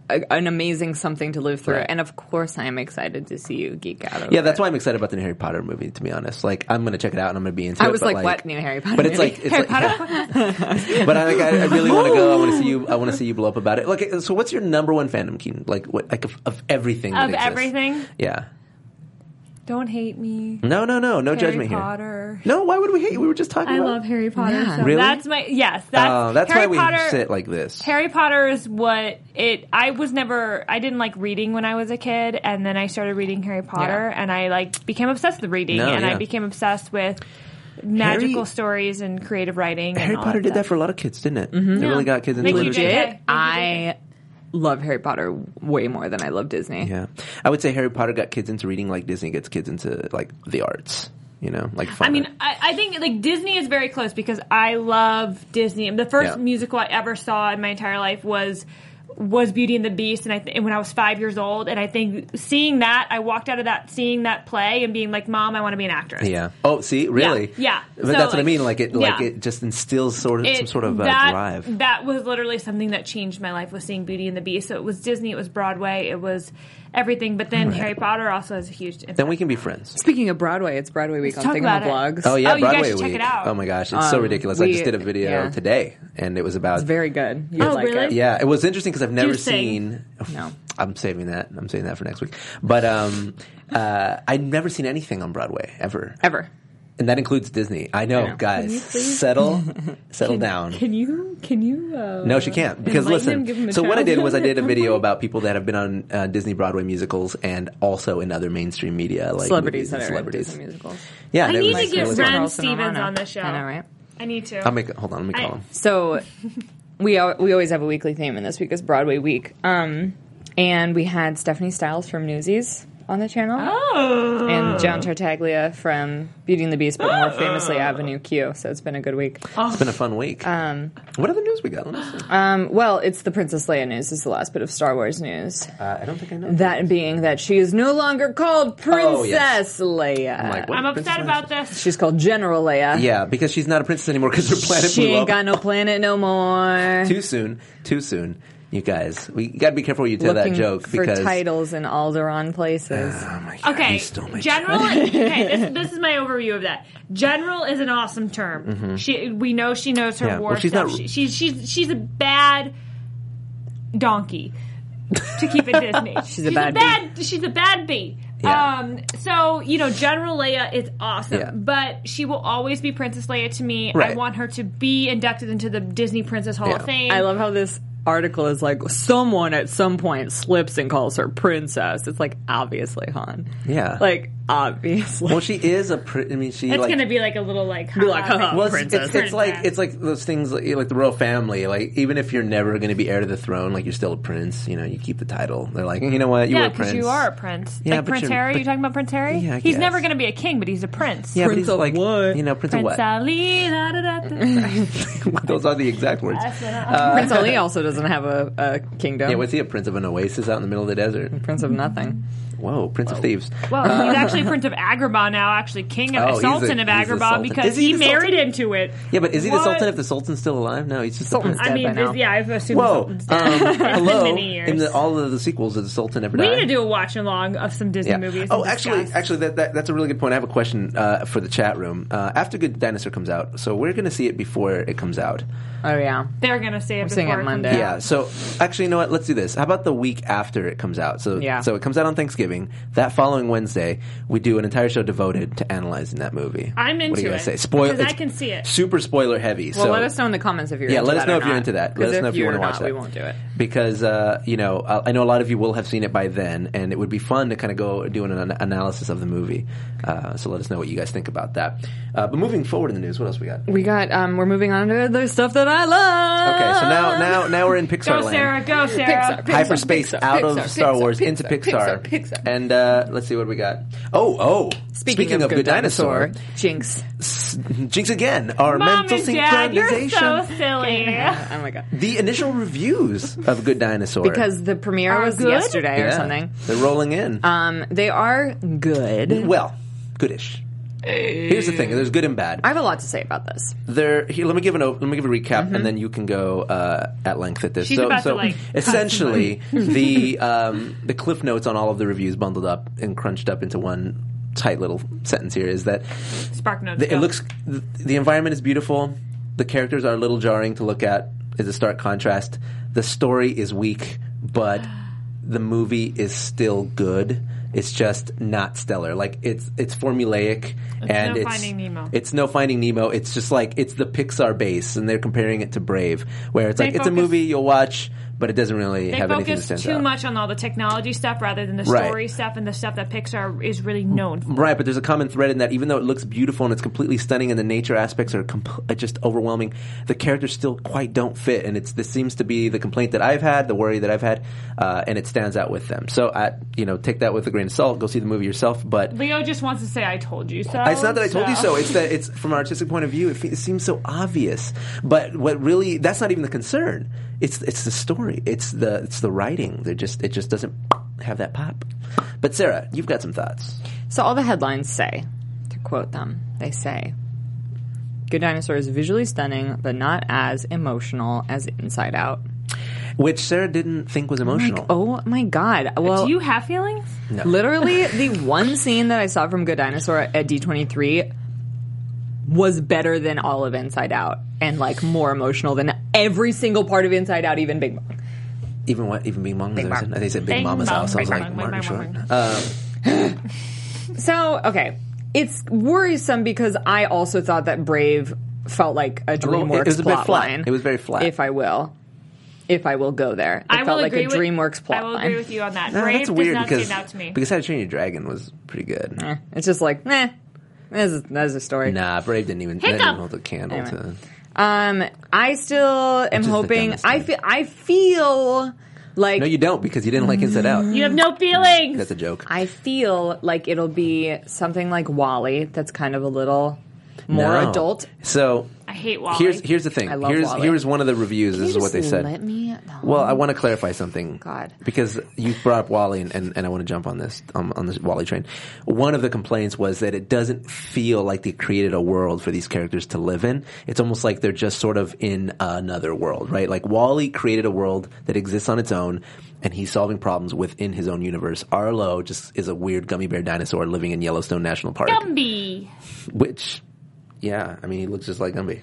[SPEAKER 6] a- An amazing something to live through, and of course, I am excited to see you geek out. Over
[SPEAKER 4] Yeah, that's
[SPEAKER 6] it.
[SPEAKER 4] why I'm excited about the new Harry Potter movie. To be honest, like I'm gonna check it out and I'm gonna be into it.
[SPEAKER 6] I was
[SPEAKER 4] but,
[SPEAKER 6] like, "What new Harry Potter?"
[SPEAKER 4] But it's
[SPEAKER 6] movie?
[SPEAKER 4] like, it's like but I, like, I, I really want to go. I want to see you. I want to see you blow up about it. Like, so what's your number one fandom, Keen? Like, what? Like of, of everything. that
[SPEAKER 5] Of
[SPEAKER 4] exists?
[SPEAKER 5] everything?
[SPEAKER 4] Yeah.
[SPEAKER 5] Don't hate me.
[SPEAKER 4] No, no, no, no
[SPEAKER 5] Harry
[SPEAKER 4] judgment
[SPEAKER 5] Potter.
[SPEAKER 4] here. No, why would we hate you? We were just talking.
[SPEAKER 5] I
[SPEAKER 4] about
[SPEAKER 5] love Harry Potter. So
[SPEAKER 4] Really?
[SPEAKER 5] That's my yes. That's,
[SPEAKER 4] Oh, that's
[SPEAKER 5] Harry
[SPEAKER 4] why we
[SPEAKER 5] Potter,
[SPEAKER 4] sit like this.
[SPEAKER 5] Harry Potter is what it. I was never. I didn't like reading when I was a kid, and then I started reading Harry Potter, and I like became obsessed with reading,
[SPEAKER 4] No,
[SPEAKER 5] and
[SPEAKER 4] yeah.
[SPEAKER 5] I became obsessed with magical
[SPEAKER 4] Harry-
[SPEAKER 5] stories and creative writing.
[SPEAKER 4] Harry Potter did that for a lot of kids, didn't it?
[SPEAKER 5] Mm-hmm.
[SPEAKER 4] It really got kids into
[SPEAKER 5] Thank you,
[SPEAKER 4] literature.
[SPEAKER 5] Jay.
[SPEAKER 6] legit,
[SPEAKER 5] Okay.
[SPEAKER 6] I love Harry Potter way more than I love Disney.
[SPEAKER 4] Yeah, I would say Harry Potter got kids into reading, like Disney gets kids into like the arts. You know, like fun
[SPEAKER 5] I mean, I, I think like Disney is very close because I love Disney. The first
[SPEAKER 4] Yeah.
[SPEAKER 5] musical I ever saw in my entire life was was Beauty and the Beast, and I th- and when I was five years old, and I think seeing that, I walked out of that seeing that play and being like, "Mom, I want to be an actress."
[SPEAKER 4] Yeah. Oh, see, really?
[SPEAKER 5] yeah.
[SPEAKER 4] But
[SPEAKER 5] So,
[SPEAKER 4] that's what I
[SPEAKER 5] like,
[SPEAKER 4] mean. Like it, like
[SPEAKER 5] yeah.
[SPEAKER 4] it just instills sort of
[SPEAKER 5] It-
[SPEAKER 4] some sort of uh,
[SPEAKER 5] that,
[SPEAKER 4] drive.
[SPEAKER 5] That was literally something that changed my life was seeing Beauty and the Beast. So it was Disney, it was Broadway, it was everything. But then Harry Potter also has a huge. Impact.
[SPEAKER 4] Then we can be friends.
[SPEAKER 6] Speaking of Broadway, it's Broadway week
[SPEAKER 5] Let's
[SPEAKER 6] on
[SPEAKER 5] talk about it.
[SPEAKER 6] Thingamablogs.
[SPEAKER 4] Oh yeah,
[SPEAKER 5] Oh, you guys
[SPEAKER 4] Broadway
[SPEAKER 5] should
[SPEAKER 4] week.
[SPEAKER 5] check it out.
[SPEAKER 4] Oh my gosh, it's so
[SPEAKER 6] Um,
[SPEAKER 4] ridiculous. I
[SPEAKER 6] we-
[SPEAKER 4] just did a video
[SPEAKER 6] yeah.
[SPEAKER 4] today, and it was about.
[SPEAKER 6] It's very good. You'd
[SPEAKER 5] Oh,
[SPEAKER 6] like
[SPEAKER 5] really?
[SPEAKER 6] it.
[SPEAKER 4] yeah, it was interesting because I've never
[SPEAKER 5] sing.
[SPEAKER 4] seen.
[SPEAKER 6] No.
[SPEAKER 4] I'm saving that. I'm saving that for next week. But um, uh, I've never seen anything on Broadway ever,
[SPEAKER 6] Ever.
[SPEAKER 4] and that includes Disney. I know, guys. Settle, settle down.
[SPEAKER 5] Can you? Can you? Uh,
[SPEAKER 4] No, she can't. Because
[SPEAKER 5] enlighten
[SPEAKER 4] listen,
[SPEAKER 5] him, give him a
[SPEAKER 4] so what I
[SPEAKER 5] challenge
[SPEAKER 4] did was I
[SPEAKER 5] on it
[SPEAKER 4] did a
[SPEAKER 5] at some
[SPEAKER 4] video
[SPEAKER 5] point?
[SPEAKER 4] about people that have been on uh, Disney Broadway musicals and also in other mainstream media, like
[SPEAKER 6] Celebrities
[SPEAKER 4] movies and
[SPEAKER 6] that are in
[SPEAKER 4] celebrities.
[SPEAKER 6] Disney musicals.
[SPEAKER 4] Yeah, and
[SPEAKER 5] I
[SPEAKER 4] it
[SPEAKER 5] need
[SPEAKER 4] was
[SPEAKER 5] to get
[SPEAKER 4] really
[SPEAKER 5] Ren
[SPEAKER 4] cool.
[SPEAKER 6] Carlson
[SPEAKER 5] Stevens
[SPEAKER 6] Romano.
[SPEAKER 5] on the show.
[SPEAKER 6] I know, right?
[SPEAKER 5] I need to.
[SPEAKER 4] I'll make. Hold on, let me call
[SPEAKER 5] I-
[SPEAKER 4] him.
[SPEAKER 6] So we al- we always have a weekly theme, and this week is Broadway week. Um, and we had Stephanie Styles from Newsies on the channel,
[SPEAKER 5] Oh.
[SPEAKER 6] and John Tartaglia from Beauty and the Beast, but more
[SPEAKER 5] Oh.
[SPEAKER 6] famously Avenue Q. So it's been a good week.
[SPEAKER 4] It's been a fun week. Um, what other news we got? Let me see.
[SPEAKER 6] Well, it's the Princess Leia news. Is the last bit of Star Wars news.
[SPEAKER 4] Uh, I don't think I know.
[SPEAKER 6] That being that she is no longer called Princess
[SPEAKER 4] Oh, yes.
[SPEAKER 6] Leia.
[SPEAKER 4] I'm like, what
[SPEAKER 5] I'm
[SPEAKER 4] princess
[SPEAKER 5] upset
[SPEAKER 4] is
[SPEAKER 5] about
[SPEAKER 4] this?
[SPEAKER 5] this.
[SPEAKER 6] She's called General Leia.
[SPEAKER 4] Yeah, because she's not a princess anymore because her planet
[SPEAKER 6] She
[SPEAKER 4] blew
[SPEAKER 6] ain't
[SPEAKER 4] up.
[SPEAKER 6] got no planet no more.
[SPEAKER 4] Too soon. Too soon. You guys, we you gotta be careful you tell
[SPEAKER 6] Looking
[SPEAKER 4] that joke
[SPEAKER 6] for
[SPEAKER 4] because.
[SPEAKER 6] titles in Alderaan places.
[SPEAKER 4] Oh my God,
[SPEAKER 5] Okay,
[SPEAKER 4] you stole my
[SPEAKER 5] general. okay, this, this is my overview of that. General is an awesome term. She, we know she knows her
[SPEAKER 4] Mm-hmm. Yeah,
[SPEAKER 5] war
[SPEAKER 4] well, she's
[SPEAKER 5] stuff.
[SPEAKER 4] not-
[SPEAKER 5] she, she's she's she's a bad donkey. to keep it Disney, she's,
[SPEAKER 6] a bad bee.
[SPEAKER 5] She's a bad bee.
[SPEAKER 4] Yeah.
[SPEAKER 5] Um, so you know, General Leia is awesome,
[SPEAKER 4] Yeah.
[SPEAKER 5] but she will always be Princess Leia to me. I
[SPEAKER 4] Right.
[SPEAKER 5] want her to be inducted into the Disney Princess Hall of
[SPEAKER 4] Yeah.
[SPEAKER 5] Fame.
[SPEAKER 6] I love how this article is like someone at some point slips and calls her princess. It's like obviously Han.
[SPEAKER 4] Yeah.
[SPEAKER 6] Like obviously.
[SPEAKER 4] well, she is a. Pr- I mean, she
[SPEAKER 5] It's
[SPEAKER 4] like
[SPEAKER 5] gonna be like a little like,
[SPEAKER 6] Be like,
[SPEAKER 5] ha-ha
[SPEAKER 6] "Haha,
[SPEAKER 5] thing.
[SPEAKER 4] Well, it's, it's, it's like it's like those things like, like the royal family. Like even if you're never going to be heir to the throne, like you're still a prince. You know, you keep the title. They're like, you know what, you
[SPEAKER 5] yeah,
[SPEAKER 4] were a prince.
[SPEAKER 5] because you are a prince.
[SPEAKER 4] Yeah,
[SPEAKER 5] like
[SPEAKER 4] but
[SPEAKER 5] Prince
[SPEAKER 4] you're-
[SPEAKER 5] Harry,
[SPEAKER 4] but-
[SPEAKER 5] you talking about Prince Harry?
[SPEAKER 4] Yeah, I
[SPEAKER 5] he's
[SPEAKER 4] guess.
[SPEAKER 5] never going to be a king, but he's a prince.
[SPEAKER 4] Yeah, but
[SPEAKER 6] Prince
[SPEAKER 4] he's
[SPEAKER 6] of
[SPEAKER 4] like,
[SPEAKER 6] what?
[SPEAKER 4] You know, prince,
[SPEAKER 5] Prince
[SPEAKER 4] of what?
[SPEAKER 5] Ali, da da da. da.
[SPEAKER 4] those are the exact words. Uh,
[SPEAKER 6] Prince Ali also doesn't have a, a kingdom.
[SPEAKER 4] Yeah, was he a prince of an oasis out in the middle of the desert?
[SPEAKER 6] Prince of nothing.
[SPEAKER 4] Whoa, prince of thieves.
[SPEAKER 5] Well, he's actually Prince of Agrabah now, actually King
[SPEAKER 4] uh, Oh,
[SPEAKER 5] of
[SPEAKER 4] he's a-
[SPEAKER 5] Sultan of
[SPEAKER 4] he's a
[SPEAKER 5] Agrabah
[SPEAKER 4] sultan.
[SPEAKER 5] because
[SPEAKER 4] Is he
[SPEAKER 5] he,
[SPEAKER 4] the sultan?
[SPEAKER 5] married into it.
[SPEAKER 4] Yeah, but is he the
[SPEAKER 5] What?
[SPEAKER 4] sultan if the sultan's still alive? No, he's just a
[SPEAKER 6] Sultan's
[SPEAKER 4] prince.
[SPEAKER 6] dead.
[SPEAKER 5] I
[SPEAKER 6] by
[SPEAKER 5] mean,
[SPEAKER 6] now.
[SPEAKER 5] yeah, I've assumed.
[SPEAKER 4] Whoa, um, hello!
[SPEAKER 5] many years.
[SPEAKER 4] In the, all of the sequels, did the sultan ever
[SPEAKER 5] We
[SPEAKER 4] die?
[SPEAKER 5] need to do a watch along of some Disney movies.
[SPEAKER 4] Oh,
[SPEAKER 5] and
[SPEAKER 4] actually,
[SPEAKER 5] discuss.
[SPEAKER 4] actually, that, that that's a really good point. I have a question uh, for the chat room. Uh, after Good Dinosaur comes out, so we're going to see it before it comes out.
[SPEAKER 6] Oh yeah.
[SPEAKER 5] they're gonna say it
[SPEAKER 6] seeing
[SPEAKER 5] before
[SPEAKER 6] it
[SPEAKER 5] comes
[SPEAKER 6] Monday.
[SPEAKER 5] out.
[SPEAKER 4] Yeah. So actually, you know what? Let's do this. How about the week after it comes out? So
[SPEAKER 6] Yeah.
[SPEAKER 4] So it comes out on Thanksgiving. That following Wednesday, we do an entire show devoted to analyzing that movie.
[SPEAKER 5] I'm
[SPEAKER 4] What
[SPEAKER 5] into
[SPEAKER 4] are you gonna
[SPEAKER 5] it,
[SPEAKER 4] Say spoiler.
[SPEAKER 5] because I can see it.
[SPEAKER 4] Super spoiler heavy.
[SPEAKER 6] Well,
[SPEAKER 4] so
[SPEAKER 6] let us know in the comments if you're.
[SPEAKER 4] Yeah,
[SPEAKER 6] into
[SPEAKER 4] let us
[SPEAKER 6] that or
[SPEAKER 4] know if you're
[SPEAKER 6] not.
[SPEAKER 4] into that.
[SPEAKER 6] 'Cause
[SPEAKER 4] Let us know if you
[SPEAKER 6] you're
[SPEAKER 4] wanna watch
[SPEAKER 6] not,
[SPEAKER 4] that.
[SPEAKER 6] We won't do it.
[SPEAKER 4] because uh, you know I, I know a lot of you will have seen it by then, and it would be fun to kind of go do an, an analysis of the movie. Uh, so let us know what you guys think about that. Uh, but moving forward in the news, what else we got?
[SPEAKER 6] We got. Um, we're moving on to the stuff that I love.
[SPEAKER 4] Okay, so now now now we're in Pixar
[SPEAKER 5] Go,
[SPEAKER 4] land.
[SPEAKER 5] Sarah. Go, Sarah.
[SPEAKER 6] Uh, Pixar,
[SPEAKER 4] Hyperspace
[SPEAKER 6] Pixar,
[SPEAKER 4] out of
[SPEAKER 6] Pixar,
[SPEAKER 4] Star
[SPEAKER 6] Pixar,
[SPEAKER 4] Wars
[SPEAKER 6] Pixar,
[SPEAKER 4] into Pixar.
[SPEAKER 6] Pixar, Pixar.
[SPEAKER 4] And uh, let's see what we got. Oh, oh!
[SPEAKER 6] Speaking, of, Good Dinosaur, Jinx.
[SPEAKER 4] Jinx again. Our
[SPEAKER 5] Mom
[SPEAKER 4] mental
[SPEAKER 5] and Dad, you're so
[SPEAKER 4] synchronization.
[SPEAKER 5] silly.
[SPEAKER 6] Oh my god.
[SPEAKER 4] the initial reviews of Good Dinosaur
[SPEAKER 6] Because the premiere
[SPEAKER 5] Are
[SPEAKER 6] was
[SPEAKER 5] good?
[SPEAKER 6] yesterday or
[SPEAKER 4] Yeah,
[SPEAKER 6] something.
[SPEAKER 4] they're rolling in.
[SPEAKER 6] Um, they are good.
[SPEAKER 4] Well, goodish. Here's the thing: there's good and bad.
[SPEAKER 6] I have a lot to say about this.
[SPEAKER 4] There, here, let me give an o- let me give a recap, and then you can go uh, at length at this.
[SPEAKER 5] Mm-hmm. She's
[SPEAKER 4] so,
[SPEAKER 5] about to,
[SPEAKER 4] so
[SPEAKER 5] like,
[SPEAKER 4] essentially, the um, the cliff notes on all of the reviews bundled up and crunched up into one tight little sentence here is that
[SPEAKER 5] Spark notes.
[SPEAKER 4] the,
[SPEAKER 5] go.
[SPEAKER 4] it looks the, the environment is beautiful. The characters are a little jarring to look at. Is a stark contrast. The story is weak, but the movie is still good. It's just not stellar. Like it's it's formulaic and
[SPEAKER 5] no
[SPEAKER 4] it's
[SPEAKER 5] Finding Nemo.
[SPEAKER 4] it's no Finding Nemo. It's just like it's the Pixar base, and they're comparing it to Brave, where it's
[SPEAKER 5] They
[SPEAKER 4] like it's a
[SPEAKER 5] focus-
[SPEAKER 4] movie you'll watch, but it doesn't really
[SPEAKER 5] They
[SPEAKER 4] have anything to
[SPEAKER 5] focus
[SPEAKER 4] stand
[SPEAKER 5] too
[SPEAKER 4] out.
[SPEAKER 5] much on all the technology stuff rather than the
[SPEAKER 4] Right.
[SPEAKER 5] story stuff and the stuff that Pixar is really known for.
[SPEAKER 4] Right, but there's a common thread in that even though it looks beautiful and it's completely stunning and the nature aspects are compl- uh, just overwhelming, the characters still quite don't fit. And it's this seems to be the complaint that I've had, the worry that I've had, uh, and it stands out with them. So I, you know, take that with a grain of salt. Go see the movie yourself. But
[SPEAKER 5] Leo just wants to say, "I told you so."
[SPEAKER 4] it's not that I told you so. It's that it's from an artistic point of view, it, fe- it seems so obvious. But what really that's not even the concern. It's it's the story. It's the it's the writing. They just it just doesn't have that pop. But Sarah, you've got some thoughts.
[SPEAKER 6] So all the headlines say, to quote them, they say, "Good Dinosaur is visually stunning, but not as emotional as Inside Out."
[SPEAKER 4] which Sarah didn't think was emotional.
[SPEAKER 6] Oh my god! Well,
[SPEAKER 5] Do you have feelings?
[SPEAKER 6] Literally, the one scene that I saw from Good Dinosaur at D23 was better than all of Inside Out and like more emotional than every single part of Inside Out, even Big Bang.
[SPEAKER 4] Even what? Even Big Mama's house. They said Big,
[SPEAKER 5] Big
[SPEAKER 4] Mama's
[SPEAKER 5] Mom,
[SPEAKER 4] house. I was
[SPEAKER 5] Big
[SPEAKER 4] like
[SPEAKER 5] Mom, Big
[SPEAKER 4] Martin Short.
[SPEAKER 5] Mom, Big
[SPEAKER 4] Uh,
[SPEAKER 6] So, okay. It's worrisome because I also thought that Brave felt like a
[SPEAKER 4] little-
[SPEAKER 6] DreamWorks
[SPEAKER 4] it was a bit
[SPEAKER 6] plot
[SPEAKER 4] flat.
[SPEAKER 6] line.
[SPEAKER 4] It was very flat.
[SPEAKER 6] If I will. If I will go there. It
[SPEAKER 5] I
[SPEAKER 6] felt
[SPEAKER 5] will
[SPEAKER 6] like
[SPEAKER 5] agree
[SPEAKER 6] a
[SPEAKER 5] with
[SPEAKER 6] DreamWorks plot
[SPEAKER 5] I will
[SPEAKER 6] line.
[SPEAKER 5] agree with you on that.
[SPEAKER 4] no,
[SPEAKER 5] Brave
[SPEAKER 4] that's
[SPEAKER 5] does
[SPEAKER 4] weird
[SPEAKER 5] not
[SPEAKER 4] because
[SPEAKER 5] stand out to me.
[SPEAKER 4] because How to Train Your Dragon was pretty good.
[SPEAKER 6] It's just like, eh. This is, this is a story.
[SPEAKER 4] Nah, Brave didn't even, that
[SPEAKER 5] Hiccup.
[SPEAKER 4] didn't hold a candle to.
[SPEAKER 6] Um, I still am
[SPEAKER 4] is the
[SPEAKER 6] hoping.
[SPEAKER 4] dumbest
[SPEAKER 6] I
[SPEAKER 4] thing.
[SPEAKER 6] feel. I feel like
[SPEAKER 4] No, you don't because you didn't like Inside Out.
[SPEAKER 5] you have no feelings.
[SPEAKER 4] That's a joke.
[SPEAKER 6] I feel like it'll be something like Wally. That's kind of a little more
[SPEAKER 4] No.
[SPEAKER 6] adult.
[SPEAKER 4] So
[SPEAKER 5] I hate Wally.
[SPEAKER 4] here's here's the thing.
[SPEAKER 6] I love
[SPEAKER 4] here's
[SPEAKER 6] Wally.
[SPEAKER 4] here's one of the reviews. this
[SPEAKER 6] You
[SPEAKER 4] is what
[SPEAKER 6] just
[SPEAKER 4] they said.
[SPEAKER 6] Let me.
[SPEAKER 4] Well, I want to clarify something.
[SPEAKER 6] God.
[SPEAKER 4] Because you brought up Wally, and, and, and I want to jump on this um, on this Wally train. One of the complaints was that it doesn't feel like they created a world for these characters to live in. It's almost like they're just sort of in another world, right? Like Wally created a world that exists on its own, and he's solving problems within his own universe. Arlo just is a weird gummy bear dinosaur living in Yellowstone National Park,
[SPEAKER 5] Gumby.
[SPEAKER 4] which, yeah, I mean, he looks just like Gumby.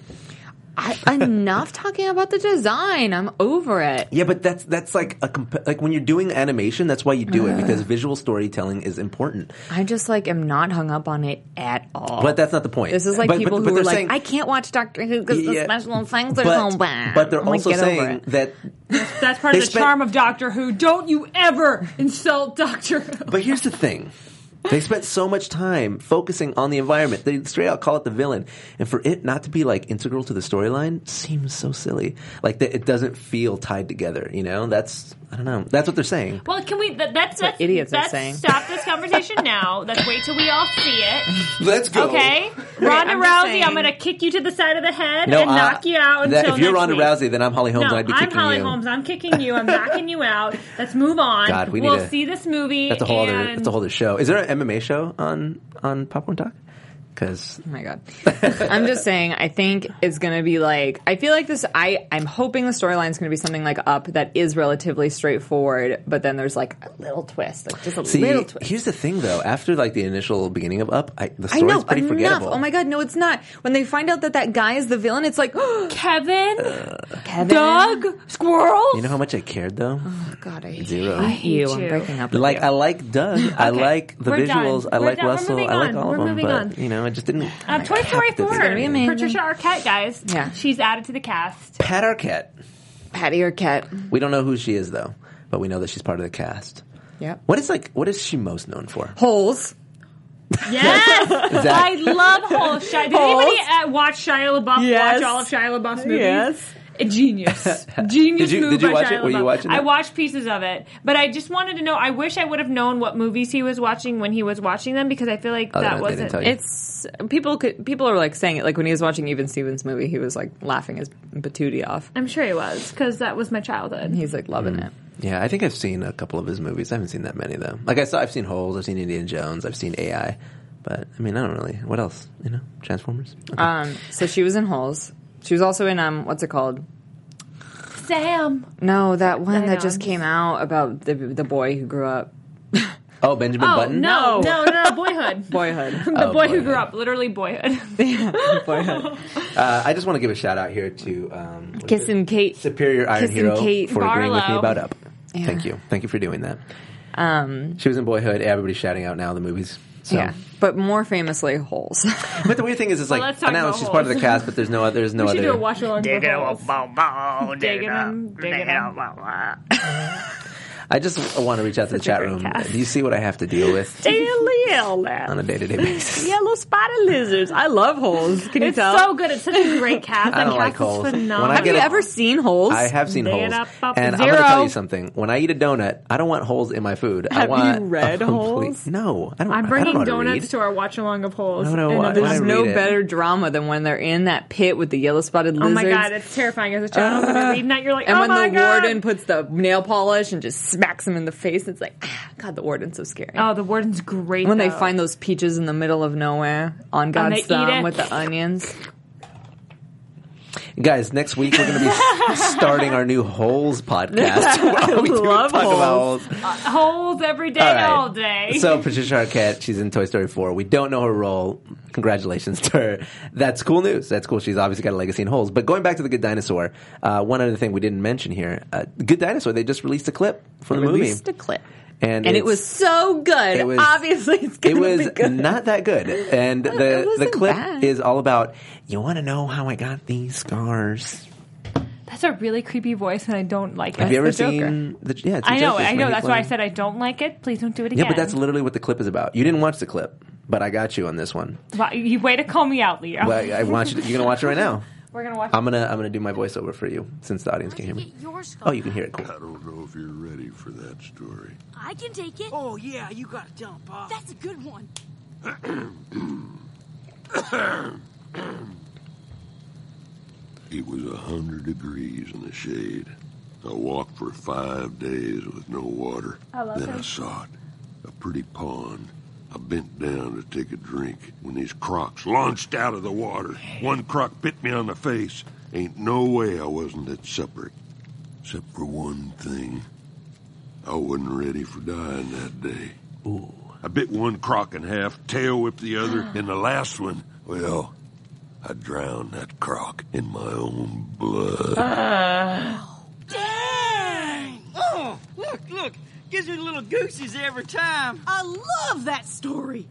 [SPEAKER 6] I, enough talking about the design. I'm over it.
[SPEAKER 4] Yeah, but that's that's like a comp- like when you're doing animation, that's why you do
[SPEAKER 6] Mm-hmm.
[SPEAKER 4] it because visual storytelling is important.
[SPEAKER 6] I just like am not hung up on it at all.
[SPEAKER 4] But that's not the point.
[SPEAKER 6] This is like
[SPEAKER 4] But-
[SPEAKER 6] people
[SPEAKER 4] but- but
[SPEAKER 6] who
[SPEAKER 4] they're
[SPEAKER 6] are like,
[SPEAKER 4] saying-
[SPEAKER 6] I can't watch Doctor Who because
[SPEAKER 4] Yeah.
[SPEAKER 6] the special effects are
[SPEAKER 4] but,
[SPEAKER 6] so bad.
[SPEAKER 4] but they're
[SPEAKER 6] I'm like,
[SPEAKER 4] also
[SPEAKER 6] "Get over
[SPEAKER 4] saying
[SPEAKER 6] it."
[SPEAKER 4] that.
[SPEAKER 5] That's part
[SPEAKER 4] They
[SPEAKER 5] of the
[SPEAKER 4] spent-
[SPEAKER 5] charm of Doctor Who. Don't you ever insult Doctor Who.
[SPEAKER 4] But here's the thing. They spent so much time focusing on the environment. They straight out call it the villain. And for it not to be like integral to the storyline seems so silly. Like that it doesn't feel tied together, you know? That's, I don't know. That's what they're saying.
[SPEAKER 5] Well, can we? That, that's, that's
[SPEAKER 6] idiots are
[SPEAKER 5] that's-
[SPEAKER 6] saying.
[SPEAKER 5] Stop this conversation now. Let's wait till we all see it.
[SPEAKER 4] Let's go.
[SPEAKER 5] Okay, Ronda
[SPEAKER 6] I'm just
[SPEAKER 5] Rousey,
[SPEAKER 6] saying.
[SPEAKER 5] I'm going to kick you to the side of the head
[SPEAKER 4] No,
[SPEAKER 5] and
[SPEAKER 4] I-
[SPEAKER 5] knock you out
[SPEAKER 4] that-
[SPEAKER 5] until
[SPEAKER 4] if you're
[SPEAKER 5] next
[SPEAKER 4] Ronda
[SPEAKER 5] week.
[SPEAKER 4] Rousey, then I'm Holly Holmes.
[SPEAKER 5] No,
[SPEAKER 4] and I'd be
[SPEAKER 5] I'm
[SPEAKER 4] kicking
[SPEAKER 5] Holly
[SPEAKER 4] you.
[SPEAKER 5] Holmes. I'm kicking you. I'm knocking you out. Let's move on.
[SPEAKER 4] God, we need
[SPEAKER 5] will
[SPEAKER 4] to-
[SPEAKER 5] see this movie.
[SPEAKER 4] That's a whole
[SPEAKER 5] and
[SPEAKER 4] other. That's a whole other show. Is there an MMA show on on Popcorn Talk? Because
[SPEAKER 6] Oh my god. I'm just saying I think it's going to be like I feel like this I I'm hoping the storyline's going to be something like up that is relatively straightforward but then there's like a little twist like just a
[SPEAKER 4] see,
[SPEAKER 6] little twist.
[SPEAKER 4] here's the thing though. After like the initial beginning of Up, I, the
[SPEAKER 6] I
[SPEAKER 4] story's
[SPEAKER 6] know
[SPEAKER 4] pretty
[SPEAKER 6] enough.
[SPEAKER 4] forgettable.
[SPEAKER 6] Oh my god, no it's not. When they find out that that guy is the villain it's like
[SPEAKER 5] Kevin,
[SPEAKER 4] Oh
[SPEAKER 6] Kevin.
[SPEAKER 5] Doug, Squirrel.
[SPEAKER 4] You know how much I cared though.
[SPEAKER 6] Oh God, I
[SPEAKER 4] Zero.
[SPEAKER 6] hate, I hate you.
[SPEAKER 5] you.
[SPEAKER 6] I'm breaking up. With
[SPEAKER 4] Like
[SPEAKER 6] you.
[SPEAKER 4] I like Doug, I like the
[SPEAKER 5] we're
[SPEAKER 4] visuals,
[SPEAKER 5] done.
[SPEAKER 4] I
[SPEAKER 5] We're
[SPEAKER 4] like
[SPEAKER 5] done. We're
[SPEAKER 4] Russell,
[SPEAKER 5] moving
[SPEAKER 4] I like
[SPEAKER 5] on.
[SPEAKER 4] all
[SPEAKER 5] We're
[SPEAKER 4] of them,
[SPEAKER 5] moving
[SPEAKER 4] but
[SPEAKER 5] on.
[SPEAKER 4] you know, it just didn't.
[SPEAKER 5] Uh, Toy Story
[SPEAKER 4] Captain.
[SPEAKER 5] 4.
[SPEAKER 4] It's gonna be
[SPEAKER 6] amazing.
[SPEAKER 5] Patricia Arquette, guys.
[SPEAKER 6] Yeah.
[SPEAKER 5] She's added to the cast.
[SPEAKER 4] Pat Arquette.
[SPEAKER 6] Patty or Cat.
[SPEAKER 4] We don't know who she is though, but we know that she's part of the cast.
[SPEAKER 6] Yep.
[SPEAKER 4] What is like? What is she most known for?
[SPEAKER 6] Holes.
[SPEAKER 5] Yes!
[SPEAKER 4] Is
[SPEAKER 5] I
[SPEAKER 4] that,
[SPEAKER 5] love whole Shia. Did anybody uh, watch Shia LaBeouf?
[SPEAKER 6] Yes.
[SPEAKER 5] Watch all of Shia LaBeouf's movies?
[SPEAKER 6] Yes.
[SPEAKER 5] A Genius, genius
[SPEAKER 4] Did you-
[SPEAKER 5] move
[SPEAKER 4] did you
[SPEAKER 5] by
[SPEAKER 4] watch
[SPEAKER 5] Shia
[SPEAKER 4] it? Were you
[SPEAKER 5] LaBeouf.
[SPEAKER 4] watching
[SPEAKER 5] I
[SPEAKER 4] it?
[SPEAKER 5] watched pieces of it, but I just wanted to know. I wish I would have known what movies he was watching when he was watching them because I feel like
[SPEAKER 4] Oh, they
[SPEAKER 5] that
[SPEAKER 4] didn't- they didn't
[SPEAKER 5] wasn't.
[SPEAKER 4] tell you.
[SPEAKER 6] It's people could people are like saying it like when he was watching Even Stevens movie he was like laughing his patootie off.
[SPEAKER 5] I'm sure he was because that was my childhood.
[SPEAKER 6] He's like loving
[SPEAKER 4] Hmm.
[SPEAKER 6] it.
[SPEAKER 4] Yeah, I think I've seen a couple of his movies. I haven't seen that many though. Like I saw, I've seen Holes, I've seen Indiana Jones, I've seen AI, but I mean, I don't really. What else? You know, Transformers. Okay.
[SPEAKER 6] Um, so she was in Holes. She was also in um, what's it called?
[SPEAKER 5] Sam,
[SPEAKER 6] No, that one
[SPEAKER 5] I
[SPEAKER 6] that
[SPEAKER 5] know,
[SPEAKER 6] just
[SPEAKER 5] I'm
[SPEAKER 6] came out about the the boy who grew up.
[SPEAKER 4] oh, Benjamin
[SPEAKER 5] oh
[SPEAKER 4] Button.
[SPEAKER 5] no, no,
[SPEAKER 6] No.
[SPEAKER 5] no, Boyhood,
[SPEAKER 6] Boyhood.
[SPEAKER 5] the
[SPEAKER 4] Oh,
[SPEAKER 5] boy who
[SPEAKER 4] Boyhood.
[SPEAKER 5] grew up, literally Boyhood.
[SPEAKER 6] Boyhood.
[SPEAKER 4] Uh, I just want to give a shout out here to um, what is
[SPEAKER 6] Kiss
[SPEAKER 4] it?
[SPEAKER 6] and Kate.
[SPEAKER 4] Superior Iron
[SPEAKER 6] Kiss and
[SPEAKER 4] Hero
[SPEAKER 6] Kate
[SPEAKER 4] for agreeing with me
[SPEAKER 5] Barlow.
[SPEAKER 4] about Up. Thank you, thank you for doing that.
[SPEAKER 6] Um,
[SPEAKER 4] She was in Boyhood. Everybody's shouting out now the movies. So.
[SPEAKER 6] yeah, but more famously Holes.
[SPEAKER 4] But the weird thing is, is like
[SPEAKER 5] let's talk
[SPEAKER 4] I know
[SPEAKER 5] about
[SPEAKER 4] she's part of the
[SPEAKER 5] Holes.
[SPEAKER 4] cast, but there's no other. There's no
[SPEAKER 5] we should
[SPEAKER 4] other.
[SPEAKER 5] do a watch along. for Holes. Digging him, digging him.
[SPEAKER 6] Daily
[SPEAKER 4] I just want to reach out to the chat
[SPEAKER 6] great
[SPEAKER 4] room.
[SPEAKER 6] cast.
[SPEAKER 4] Do you see what I have to deal with on a
[SPEAKER 6] illness.
[SPEAKER 4] day to day basis?
[SPEAKER 6] Yellow spotted lizards. I love Holes. Can you
[SPEAKER 5] It's
[SPEAKER 6] tell?
[SPEAKER 5] so good. It's such a great cast.
[SPEAKER 4] I
[SPEAKER 5] That
[SPEAKER 4] don't like
[SPEAKER 5] cast
[SPEAKER 4] Holes.
[SPEAKER 5] is
[SPEAKER 4] When I
[SPEAKER 5] phenomenal.
[SPEAKER 4] get
[SPEAKER 6] Have you
[SPEAKER 4] it-
[SPEAKER 6] ever seen Holes?
[SPEAKER 4] I have seen
[SPEAKER 5] They
[SPEAKER 4] holes,
[SPEAKER 5] up, up,
[SPEAKER 4] and I'm going to tell
[SPEAKER 5] zero.
[SPEAKER 4] you something. When I eat a donut, I don't want holes in my food. I
[SPEAKER 6] Have you
[SPEAKER 4] want a
[SPEAKER 6] read
[SPEAKER 4] complete-
[SPEAKER 6] Holes?
[SPEAKER 4] No, I don't.
[SPEAKER 5] I'm
[SPEAKER 4] I don't know
[SPEAKER 5] bringing
[SPEAKER 4] how to
[SPEAKER 5] donuts
[SPEAKER 4] read.
[SPEAKER 5] to our watch along of holes.
[SPEAKER 4] I don't know
[SPEAKER 5] And
[SPEAKER 4] why-
[SPEAKER 5] there's
[SPEAKER 4] why I
[SPEAKER 6] There's
[SPEAKER 4] read
[SPEAKER 6] no
[SPEAKER 4] it.
[SPEAKER 6] better drama than when they're in that pit with the yellow spotted
[SPEAKER 5] Oh
[SPEAKER 6] lizards.
[SPEAKER 5] my god, it's terrifying as a child. when you're reading that, you're like,
[SPEAKER 6] And
[SPEAKER 5] oh
[SPEAKER 6] when
[SPEAKER 5] my
[SPEAKER 6] the
[SPEAKER 5] god.
[SPEAKER 6] warden puts the nail polish and just smacks him in the face, it's like, ah, God, the warden's so scary.
[SPEAKER 5] oh, the warden's great.
[SPEAKER 6] when they
[SPEAKER 5] though.
[SPEAKER 6] find those peaches in the middle of nowhere
[SPEAKER 5] they
[SPEAKER 6] on God's
[SPEAKER 5] eat it.
[SPEAKER 6] thumb with the onions,
[SPEAKER 4] Guys, next week we're going to be starting our new holes podcast. Where all we do is
[SPEAKER 6] love
[SPEAKER 4] talk about
[SPEAKER 6] Holes.
[SPEAKER 4] holes.
[SPEAKER 5] holes every day,
[SPEAKER 4] All
[SPEAKER 5] all,
[SPEAKER 4] right.
[SPEAKER 5] day.
[SPEAKER 4] So Patricia Arquette, she's in Toy Story 4. We don't know her role. Congratulations to her. That's cool news. That's cool. She's obviously got a legacy in holes. But going back to the Good Dinosaur, uh, one other thing we didn't mention here: uh, Good Dinosaur. They just released a clip from the movie,
[SPEAKER 6] released a clip.
[SPEAKER 4] and
[SPEAKER 6] And it
[SPEAKER 4] it's-
[SPEAKER 6] was so good.
[SPEAKER 4] it was-
[SPEAKER 6] Obviously, it's
[SPEAKER 4] It
[SPEAKER 6] going to
[SPEAKER 4] was
[SPEAKER 6] be good.
[SPEAKER 4] not that good, and
[SPEAKER 6] it
[SPEAKER 4] the the
[SPEAKER 6] wasn't
[SPEAKER 4] clip
[SPEAKER 6] bad.
[SPEAKER 4] is all about. You want to know how I got these scars?
[SPEAKER 5] That's a really creepy voice, and I don't like
[SPEAKER 4] Have you
[SPEAKER 5] it.
[SPEAKER 4] ever
[SPEAKER 6] the Joker.
[SPEAKER 4] seen? The, yeah, it's the
[SPEAKER 5] I know,
[SPEAKER 4] Joker.
[SPEAKER 5] I know.
[SPEAKER 4] It's
[SPEAKER 5] That's why I
[SPEAKER 4] Heath Ledger.
[SPEAKER 5] said I don't like it. Please don't do it again.
[SPEAKER 4] Yeah, but that's literally what the clip is about. You didn't watch the clip, but I got you on this one.
[SPEAKER 5] Why- you way to call me out, Leo.
[SPEAKER 4] Well, I, I want you. To, you're gonna watch it right now.
[SPEAKER 5] We're gonna watch.
[SPEAKER 4] I'm gonna I'm gonna do my voiceover for you since the audience can hear me. Oh, you can hear it. Cool.
[SPEAKER 8] I don't know if you're ready for that story.
[SPEAKER 9] I can take it.
[SPEAKER 10] Oh yeah, you got a dump, huh?
[SPEAKER 9] That's a good one.
[SPEAKER 8] It was a hundred degrees in the shade. I walked for five days with no water.
[SPEAKER 5] I love
[SPEAKER 8] then I
[SPEAKER 5] it.
[SPEAKER 8] saw it, a pretty pond. I bent down to take a drink when these crocs launched out of the water. One croc bit me on the face. Ain't no way I wasn't at supper, except for one thing. I wasn't ready for dying that day. I bit one croc in half, tail whipped the other, and the last one, well, I drowned that croc in my own blood.
[SPEAKER 10] Dang! Oh, look, look. Gives me little goosies every time.
[SPEAKER 11] I love that story.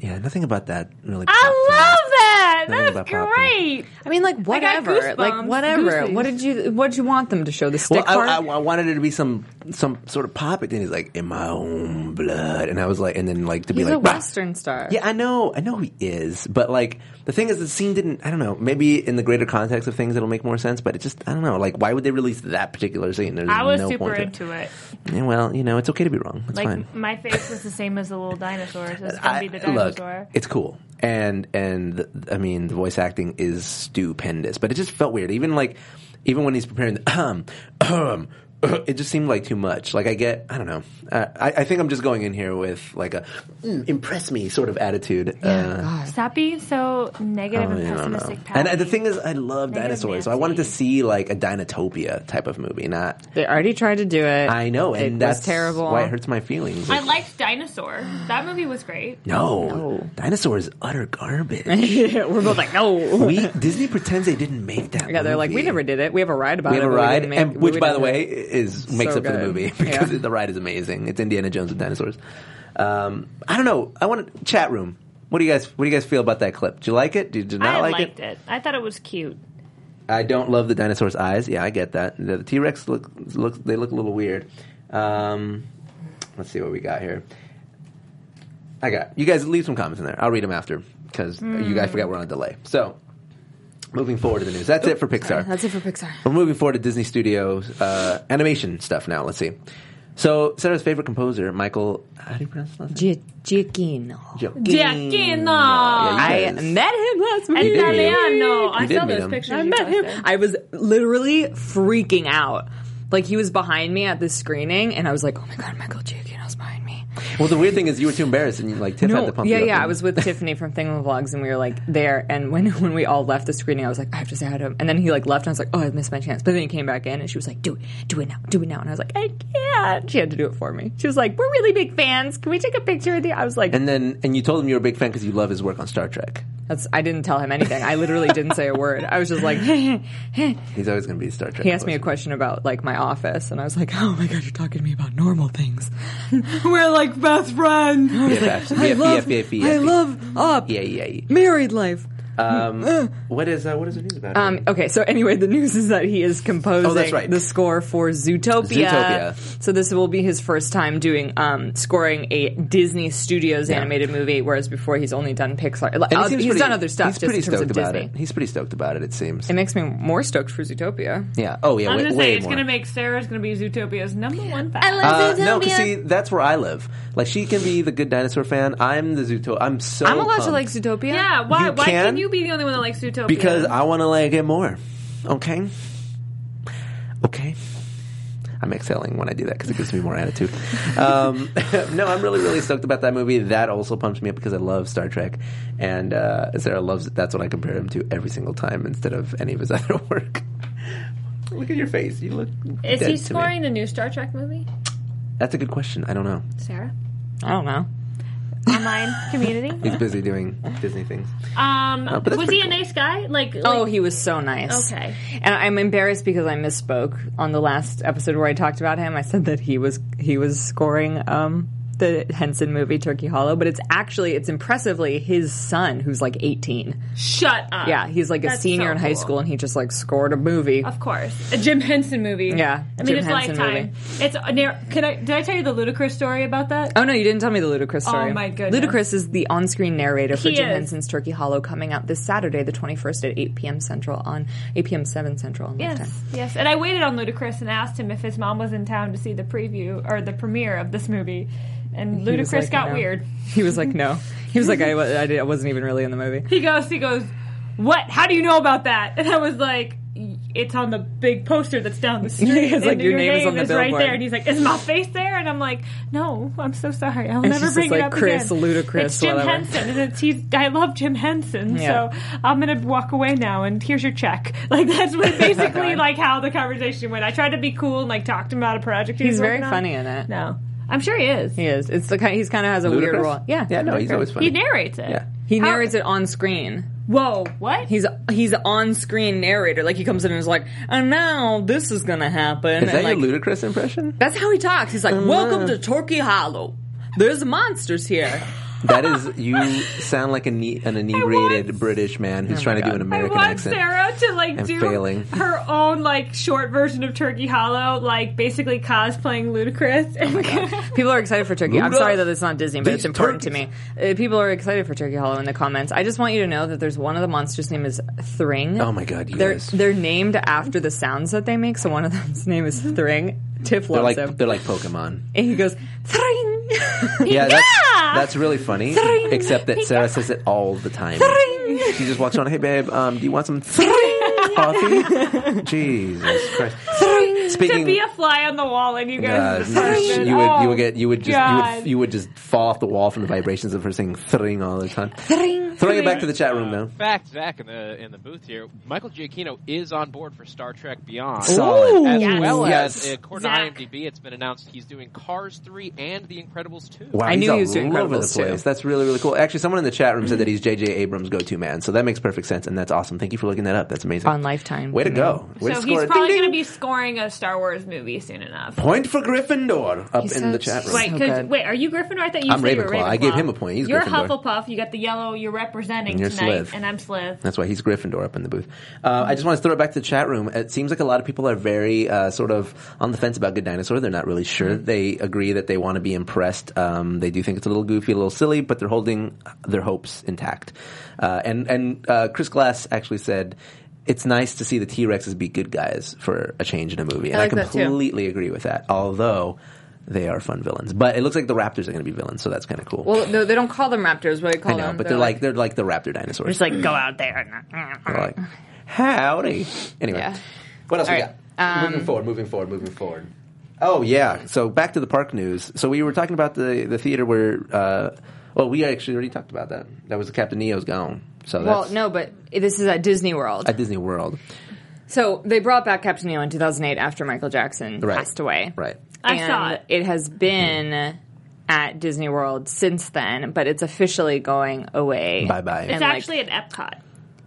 [SPEAKER 4] Yeah, nothing about that really.
[SPEAKER 5] I
[SPEAKER 4] popped for me.
[SPEAKER 5] love that.
[SPEAKER 4] Nothing
[SPEAKER 5] That's
[SPEAKER 4] about popcorn.
[SPEAKER 5] great.
[SPEAKER 6] I mean, like
[SPEAKER 5] got
[SPEAKER 6] whatever, like
[SPEAKER 5] goosebumps.
[SPEAKER 6] whatever.
[SPEAKER 5] Goosies.
[SPEAKER 6] What did you What did you want them to show? The
[SPEAKER 4] Well,
[SPEAKER 6] stick
[SPEAKER 4] I,
[SPEAKER 6] part.
[SPEAKER 4] I, I wanted it to be some some sort of pop, but then he's like, "In my own blood," and I was like, and then like to
[SPEAKER 6] He's
[SPEAKER 4] be like,
[SPEAKER 6] a
[SPEAKER 4] "Bah."
[SPEAKER 6] Western star.
[SPEAKER 4] Yeah, I know, I know he is, but like the thing is, the scene didn't. I don't know. Maybe in the greater context of things, it'll make more sense. But it just, I don't know. Like, why would they release that particular scene? There's
[SPEAKER 5] I was
[SPEAKER 4] no
[SPEAKER 5] super
[SPEAKER 4] point to
[SPEAKER 5] into it.
[SPEAKER 4] Yeah, well, you know, it's okay to be wrong. It's
[SPEAKER 5] Like
[SPEAKER 4] fine.
[SPEAKER 5] my face was the same as the little dinosaur. So it's gonna
[SPEAKER 4] I-
[SPEAKER 5] be the
[SPEAKER 4] look,
[SPEAKER 5] dinosaur.
[SPEAKER 4] it's cool, and and I mean, the voice acting is stupendous, but it just felt weird. Even like, even when he's preparing the um, um, it just seemed like too much. Like I get, I don't know. Uh, I, I think I'm just going in here with like a mm, impress me sort of attitude. uh,
[SPEAKER 5] Stop being so negative and
[SPEAKER 4] Oh, I don't know.
[SPEAKER 5] pessimistic.
[SPEAKER 4] And uh,
[SPEAKER 5] Patty.
[SPEAKER 4] the thing is, I love
[SPEAKER 5] Negative
[SPEAKER 4] dinosaurs, so I
[SPEAKER 5] Nancy.
[SPEAKER 4] wanted to see like a Dinotopia type of movie. Not,
[SPEAKER 6] They already tried to do it.
[SPEAKER 4] I know,
[SPEAKER 6] It
[SPEAKER 4] and
[SPEAKER 6] was
[SPEAKER 4] that's
[SPEAKER 6] terrible.
[SPEAKER 4] Why it hurts my feelings.
[SPEAKER 5] I liked Dinosaur. That movie was great.
[SPEAKER 4] no,
[SPEAKER 6] No.
[SPEAKER 4] dinosaur is utter garbage.
[SPEAKER 6] We're both like, no.
[SPEAKER 4] we Disney pretends they didn't make that.
[SPEAKER 6] yeah, they're like, we
[SPEAKER 4] movie.
[SPEAKER 6] never did it. We have a ride about
[SPEAKER 4] We
[SPEAKER 6] it.
[SPEAKER 4] have a
[SPEAKER 6] but we
[SPEAKER 4] ride,
[SPEAKER 6] didn't make-
[SPEAKER 4] and,
[SPEAKER 6] we-
[SPEAKER 4] which,
[SPEAKER 6] we
[SPEAKER 4] by the
[SPEAKER 6] didn't
[SPEAKER 4] way,
[SPEAKER 6] do it."
[SPEAKER 4] is makes
[SPEAKER 6] So
[SPEAKER 4] up for the
[SPEAKER 6] good.
[SPEAKER 4] movie because
[SPEAKER 6] Yeah.
[SPEAKER 4] the ride is amazing. It's Indiana Jones with dinosaurs. Um, I don't know. I want to chat room. What do you guys? What do you guys feel about that clip? Do you like it? Do you do not
[SPEAKER 5] I
[SPEAKER 4] like
[SPEAKER 5] liked it. I thought it was cute.
[SPEAKER 4] I don't love the dinosaur's eyes. Yeah, I get that. The T Rex look looks they look a little weird. Um, let's see what we got here. I got you guys leave some comments in there. I'll read them after because you guys forgot we're on a delay. So moving forward to the news. That's it for Pixar.
[SPEAKER 6] That's it for Pixar.
[SPEAKER 4] We're moving forward to Disney Studios uh, animation stuff now. Let's see. So Sarah's favorite composer, Michael. How do you pronounce his last name?
[SPEAKER 6] Gia- Giacchino.
[SPEAKER 4] Giacchino.
[SPEAKER 5] Giacchino.
[SPEAKER 4] Yeah,
[SPEAKER 6] I
[SPEAKER 4] you guys-
[SPEAKER 6] met him last
[SPEAKER 4] You
[SPEAKER 6] week.
[SPEAKER 4] did meet him.
[SPEAKER 5] Italiano.
[SPEAKER 4] You
[SPEAKER 5] I
[SPEAKER 4] did
[SPEAKER 5] saw
[SPEAKER 4] meet
[SPEAKER 5] those
[SPEAKER 4] him.
[SPEAKER 5] pictures.
[SPEAKER 6] I
[SPEAKER 5] you
[SPEAKER 6] met him.
[SPEAKER 5] posted.
[SPEAKER 6] I was literally freaking out. Like he was behind me at the screening, and I was like, "Oh my god, Michael Giacchino's behind me."
[SPEAKER 4] Well, the weird thing is you were too embarrassed, and you, like Tiff had to pump
[SPEAKER 6] yeah,
[SPEAKER 4] you up
[SPEAKER 6] yeah.
[SPEAKER 4] and-
[SPEAKER 6] I was with Tiffany from Thingamavlogs, and we were like there. And when when we all left the screening, I was like, I have to say hi to him. And then he like left, and I was like, oh, I missed my chance. But then he came back in, and she was like, do it, do it now, do it now. And I was like, I can't. She had to do it for me. She was like, we're really big fans. Can we take a picture with you? I was like,
[SPEAKER 4] And then, and you told him you were a big fan because you love his work on Star Trek.
[SPEAKER 6] That's, I didn't tell him anything. I literally didn't say a word. I was just like, he
[SPEAKER 4] He's always going to be a Star Trek.
[SPEAKER 6] asked me a
[SPEAKER 4] composer.
[SPEAKER 6] question about like my office, and I was like, oh my god, you're talking to me about normal things. We're like best friends. I was
[SPEAKER 4] BFFs.
[SPEAKER 6] like, I
[SPEAKER 4] BFF,
[SPEAKER 6] love,
[SPEAKER 4] BFF.
[SPEAKER 6] I love up.
[SPEAKER 4] Yeah, yeah, yeah.
[SPEAKER 6] Married life.
[SPEAKER 4] What is uh, what is the news about?
[SPEAKER 6] Um, okay, so anyway, the news is that he is composing
[SPEAKER 4] Oh, that's right.
[SPEAKER 6] the score for Zootopia.
[SPEAKER 4] Zootopia.
[SPEAKER 6] So this will be his first time doing um, scoring a Disney Studios
[SPEAKER 4] Yeah.
[SPEAKER 6] animated movie, whereas before he's only done Pixar. Like,
[SPEAKER 4] And he
[SPEAKER 6] uh,
[SPEAKER 4] seems
[SPEAKER 6] he's
[SPEAKER 4] pretty-
[SPEAKER 6] done other stuff
[SPEAKER 4] He's
[SPEAKER 6] just
[SPEAKER 4] pretty
[SPEAKER 6] in terms
[SPEAKER 4] stoked
[SPEAKER 6] of
[SPEAKER 4] about
[SPEAKER 6] Disney.
[SPEAKER 4] it. He's pretty stoked about it. It seems.
[SPEAKER 6] It makes me more stoked for Zootopia.
[SPEAKER 4] yeah. Oh yeah.
[SPEAKER 5] I'm
[SPEAKER 4] way,
[SPEAKER 5] gonna
[SPEAKER 4] way
[SPEAKER 5] say it's
[SPEAKER 4] more.
[SPEAKER 5] gonna make Sarah's gonna be Zootopia's number one fan.
[SPEAKER 4] Uh, no, 'cause see, that's where I live. Like, she can be the good dinosaur fan. I'm the Zootopia. I'm so.
[SPEAKER 6] I'm allowed to
[SPEAKER 4] pumped.
[SPEAKER 6] like Zootopia.
[SPEAKER 5] yeah, why?
[SPEAKER 4] You
[SPEAKER 5] why
[SPEAKER 4] can?
[SPEAKER 5] can you be the only one that likes Zootopia?
[SPEAKER 4] because I want to like it more. Okay. Okay. I'm excelling when I do that because it gives me more attitude. Um, no, I'm really, really stoked about that movie. That also pumps me up because I love Star Trek, and uh, Sarah loves it. That's what I compare him to every single time instead of any of his other work. look at your face. You look.
[SPEAKER 5] is
[SPEAKER 4] dead
[SPEAKER 5] he
[SPEAKER 4] to
[SPEAKER 5] scoring
[SPEAKER 4] Me.
[SPEAKER 5] the new Star Trek movie?
[SPEAKER 4] That's a good question. I don't know.
[SPEAKER 5] Sarah,
[SPEAKER 6] I don't know.
[SPEAKER 5] online community.
[SPEAKER 4] He's busy doing Disney things.
[SPEAKER 5] Um,
[SPEAKER 4] but that's
[SPEAKER 5] was
[SPEAKER 4] pretty
[SPEAKER 5] he a
[SPEAKER 4] cool.
[SPEAKER 5] nice guy? Like, like
[SPEAKER 6] Oh, he was so nice.
[SPEAKER 5] Okay.
[SPEAKER 6] And I'm embarrassed because I misspoke on the last episode where I talked about him. I said that he was he was scoring um the Henson movie Turkey Hollow, but it's actually it's impressively his son who's like 18.
[SPEAKER 5] shut up.
[SPEAKER 6] Yeah, he's like a
[SPEAKER 5] That's
[SPEAKER 6] senior
[SPEAKER 5] so
[SPEAKER 6] in high
[SPEAKER 5] cool.
[SPEAKER 6] school and he just like scored a movie.
[SPEAKER 5] Of course, a Jim Henson movie.
[SPEAKER 6] Yeah,
[SPEAKER 5] I mean
[SPEAKER 6] Jim
[SPEAKER 5] it's
[SPEAKER 6] Henson
[SPEAKER 5] lifetime. It's near. Can I? Did I tell you the ludicrous story about that?
[SPEAKER 6] Oh no, you didn't tell me the Ludacris story.
[SPEAKER 5] my goodness.
[SPEAKER 6] Ludacris is the on-screen narrator for
[SPEAKER 5] He
[SPEAKER 6] Jim
[SPEAKER 5] is.
[SPEAKER 6] Henson's Turkey Hollow coming out this Saturday, the 21st at 8 p.m. Central on 8 p.m. 7 Central on
[SPEAKER 5] Yes,
[SPEAKER 6] Lifetime.
[SPEAKER 5] yes. And I waited on Ludacris and asked him if his mom was in town to see the preview or the premiere of this movie. And
[SPEAKER 6] He was
[SPEAKER 5] Ludacris
[SPEAKER 6] like,
[SPEAKER 5] got
[SPEAKER 6] no.
[SPEAKER 5] weird.
[SPEAKER 6] He was like, no. He was like, I, wa- I, did- I wasn't even really in the movie.
[SPEAKER 5] He goes, he goes, what? How do you know about that? And I was like, "Y- it's on the big poster that's down the street.
[SPEAKER 6] He's like,
[SPEAKER 5] and
[SPEAKER 6] "Your name is on the
[SPEAKER 5] right
[SPEAKER 6] billboard."
[SPEAKER 5] there. And he's like, is my face there? And I'm like, no, I'm so sorry. I'll never
[SPEAKER 6] she's
[SPEAKER 5] bring
[SPEAKER 6] just
[SPEAKER 5] it up
[SPEAKER 6] like, "Chris,
[SPEAKER 5] again.
[SPEAKER 6] Ludacris,
[SPEAKER 5] it's Jim
[SPEAKER 6] whatever."
[SPEAKER 5] Henson, and it's he's. I love Jim Henson,
[SPEAKER 6] Yeah.
[SPEAKER 5] so I'm gonna walk away now. And here's your check. Like that's what basically like how the conversation went. I tried to be cool and like talked to him about a project. he
[SPEAKER 6] He's
[SPEAKER 5] was
[SPEAKER 6] very
[SPEAKER 5] working on.
[SPEAKER 6] funny in it.
[SPEAKER 5] No, I'm sure he is.
[SPEAKER 6] He is. It's the kind. He's kind of has a weird
[SPEAKER 4] Ludacris?
[SPEAKER 6] role. Yeah.
[SPEAKER 4] Yeah. No, he's
[SPEAKER 6] Ludacris.
[SPEAKER 4] always
[SPEAKER 5] He
[SPEAKER 4] funny.
[SPEAKER 5] narrates it.
[SPEAKER 4] Yeah.
[SPEAKER 6] He
[SPEAKER 5] How-
[SPEAKER 6] narrates it on screen.
[SPEAKER 5] Whoa, what?
[SPEAKER 6] He's he's on screen narrator. Like he comes in and is like, and now this is gonna happen.
[SPEAKER 4] Is that
[SPEAKER 6] and
[SPEAKER 4] your
[SPEAKER 6] like,
[SPEAKER 4] Uh-huh. ludicrous impression?
[SPEAKER 6] That's how he talks. He's like, "Welcome to Turkey Hollow. There's monsters here."
[SPEAKER 4] That is, you sound like a ne- an inebriated British man who's trying to do an
[SPEAKER 5] Oh I
[SPEAKER 4] American
[SPEAKER 5] want
[SPEAKER 4] accent.
[SPEAKER 5] Sarah to like
[SPEAKER 4] I'm
[SPEAKER 5] do
[SPEAKER 4] failing.
[SPEAKER 5] her own like short version of Turkey Hollow, like basically cosplaying Ludacris.
[SPEAKER 4] Oh
[SPEAKER 6] People are excited for Turkey. I'm
[SPEAKER 4] Luda.
[SPEAKER 6] sorry that it's not Disney, but it's
[SPEAKER 4] These
[SPEAKER 6] important
[SPEAKER 4] turkeys.
[SPEAKER 6] to me. Uh, people are excited for Turkey Hollow in the comments. I just want you to know that there's one of the monsters' name is Thring.
[SPEAKER 4] Oh my god, you
[SPEAKER 6] They're
[SPEAKER 4] guys!
[SPEAKER 6] they're named after the sounds that they make. So one of them's name is Thring. Tiff
[SPEAKER 4] They're
[SPEAKER 6] loves
[SPEAKER 4] like
[SPEAKER 6] him,
[SPEAKER 4] they're like Pokemon.
[SPEAKER 6] and he goes Thring.
[SPEAKER 4] Yeah, that's that's really funny.
[SPEAKER 6] Thring.
[SPEAKER 4] Except that Sarah says it all the time.
[SPEAKER 6] Thring.
[SPEAKER 4] She just walks around. Hey, babe, um, do you want some coffee? Jesus Christ!
[SPEAKER 5] to
[SPEAKER 4] Speaking.
[SPEAKER 5] be a fly on the wall, and you guys,
[SPEAKER 4] God, you would you would get you would just you
[SPEAKER 5] God.
[SPEAKER 4] would, you would just fall off the wall from the vibrations of her saying thring all the time.
[SPEAKER 6] Thring.
[SPEAKER 4] Throwing it back to the chat room
[SPEAKER 9] Uh,
[SPEAKER 4] now.
[SPEAKER 9] Facts back in the in the booth here. Michael Giacchino is on board for Star Trek Beyond.
[SPEAKER 4] Solid.
[SPEAKER 9] As uh,
[SPEAKER 5] Yes.
[SPEAKER 9] well
[SPEAKER 4] Yes.
[SPEAKER 9] as, according
[SPEAKER 5] Zach.
[SPEAKER 9] to IMDb, it's been announced he's doing Cars 3 and The Incredibles 2.
[SPEAKER 4] Wow,
[SPEAKER 6] I
[SPEAKER 4] he's
[SPEAKER 6] knew he
[SPEAKER 4] all
[SPEAKER 6] was doing
[SPEAKER 4] over the
[SPEAKER 6] Incredibles, too.
[SPEAKER 4] place. That's really really cool. Actually, someone in the chat room said that he's J.J. Abrams' go-to man, so that makes perfect sense, and that's awesome. Thank you for looking that up. That's amazing.
[SPEAKER 6] On Lifetime.
[SPEAKER 4] Way to
[SPEAKER 6] Mhm.
[SPEAKER 4] go! Way to
[SPEAKER 5] So
[SPEAKER 4] score
[SPEAKER 5] he's
[SPEAKER 4] it.
[SPEAKER 5] probably
[SPEAKER 4] Ding,
[SPEAKER 5] going to
[SPEAKER 4] ding.
[SPEAKER 5] be scoring a Star Wars movie soon enough.
[SPEAKER 4] point for Gryffindor up
[SPEAKER 6] He's
[SPEAKER 4] in
[SPEAKER 6] so-
[SPEAKER 4] the chat room.
[SPEAKER 5] Wait,
[SPEAKER 6] So
[SPEAKER 5] 'cause-
[SPEAKER 6] good.
[SPEAKER 5] wait, are you Gryffindor? I thought you
[SPEAKER 4] I'm
[SPEAKER 5] said you were
[SPEAKER 4] Ravenclaw. I gave him a point. He's
[SPEAKER 5] you're
[SPEAKER 4] Gryffindor.
[SPEAKER 5] Hufflepuff. You got the yellow. You're representing
[SPEAKER 4] And you're
[SPEAKER 5] tonight,
[SPEAKER 4] Sliv.
[SPEAKER 5] and I'm Sliv.
[SPEAKER 4] That's why he's Gryffindor up in the booth. Uh, I just want to throw it back to the chat room. It seems like a lot of people are very uh, sort of on the fence about Good Dinosaur. They're not really sure. They agree that they want to be impressed. Um, they do think it's a little goofy, a little silly, but they're holding their hopes intact. Uh, and and uh, Chris Glass actually said. It's nice to see the T Rexes be good guys for a change in a movie, and
[SPEAKER 6] like that too.
[SPEAKER 4] completely agree with that. Although they are fun villains, but it looks like the Raptors are going to be villains, so that's kind of cool.
[SPEAKER 6] Well, no, they don't call them raptors. What do they call
[SPEAKER 4] I know,
[SPEAKER 6] them?
[SPEAKER 4] but they're like they're like the Raptor dinosaurs.
[SPEAKER 6] just like go out there. And,
[SPEAKER 4] They're like, howdy. Anyway,
[SPEAKER 6] Yeah.
[SPEAKER 4] what else we
[SPEAKER 6] All right, um,
[SPEAKER 4] got? moving forward, moving forward, moving forward. Oh yeah. So back to the park news. So we were talking about the the theater where. Uh, well, we actually already talked about that. That was the Captain Neo's gone. So that's
[SPEAKER 6] well, no, but this is at Disney World.
[SPEAKER 4] at Disney World,
[SPEAKER 6] So they brought back Captain Nemo in 2008 after Michael Jackson
[SPEAKER 4] right?
[SPEAKER 6] passed away.
[SPEAKER 4] right? Mm-hmm.
[SPEAKER 5] I
[SPEAKER 6] and
[SPEAKER 5] saw it.
[SPEAKER 6] has been at Disney World since then, but it's officially going away.
[SPEAKER 4] Bye bye.
[SPEAKER 5] It's
[SPEAKER 6] And, like,
[SPEAKER 5] actually at Epcot.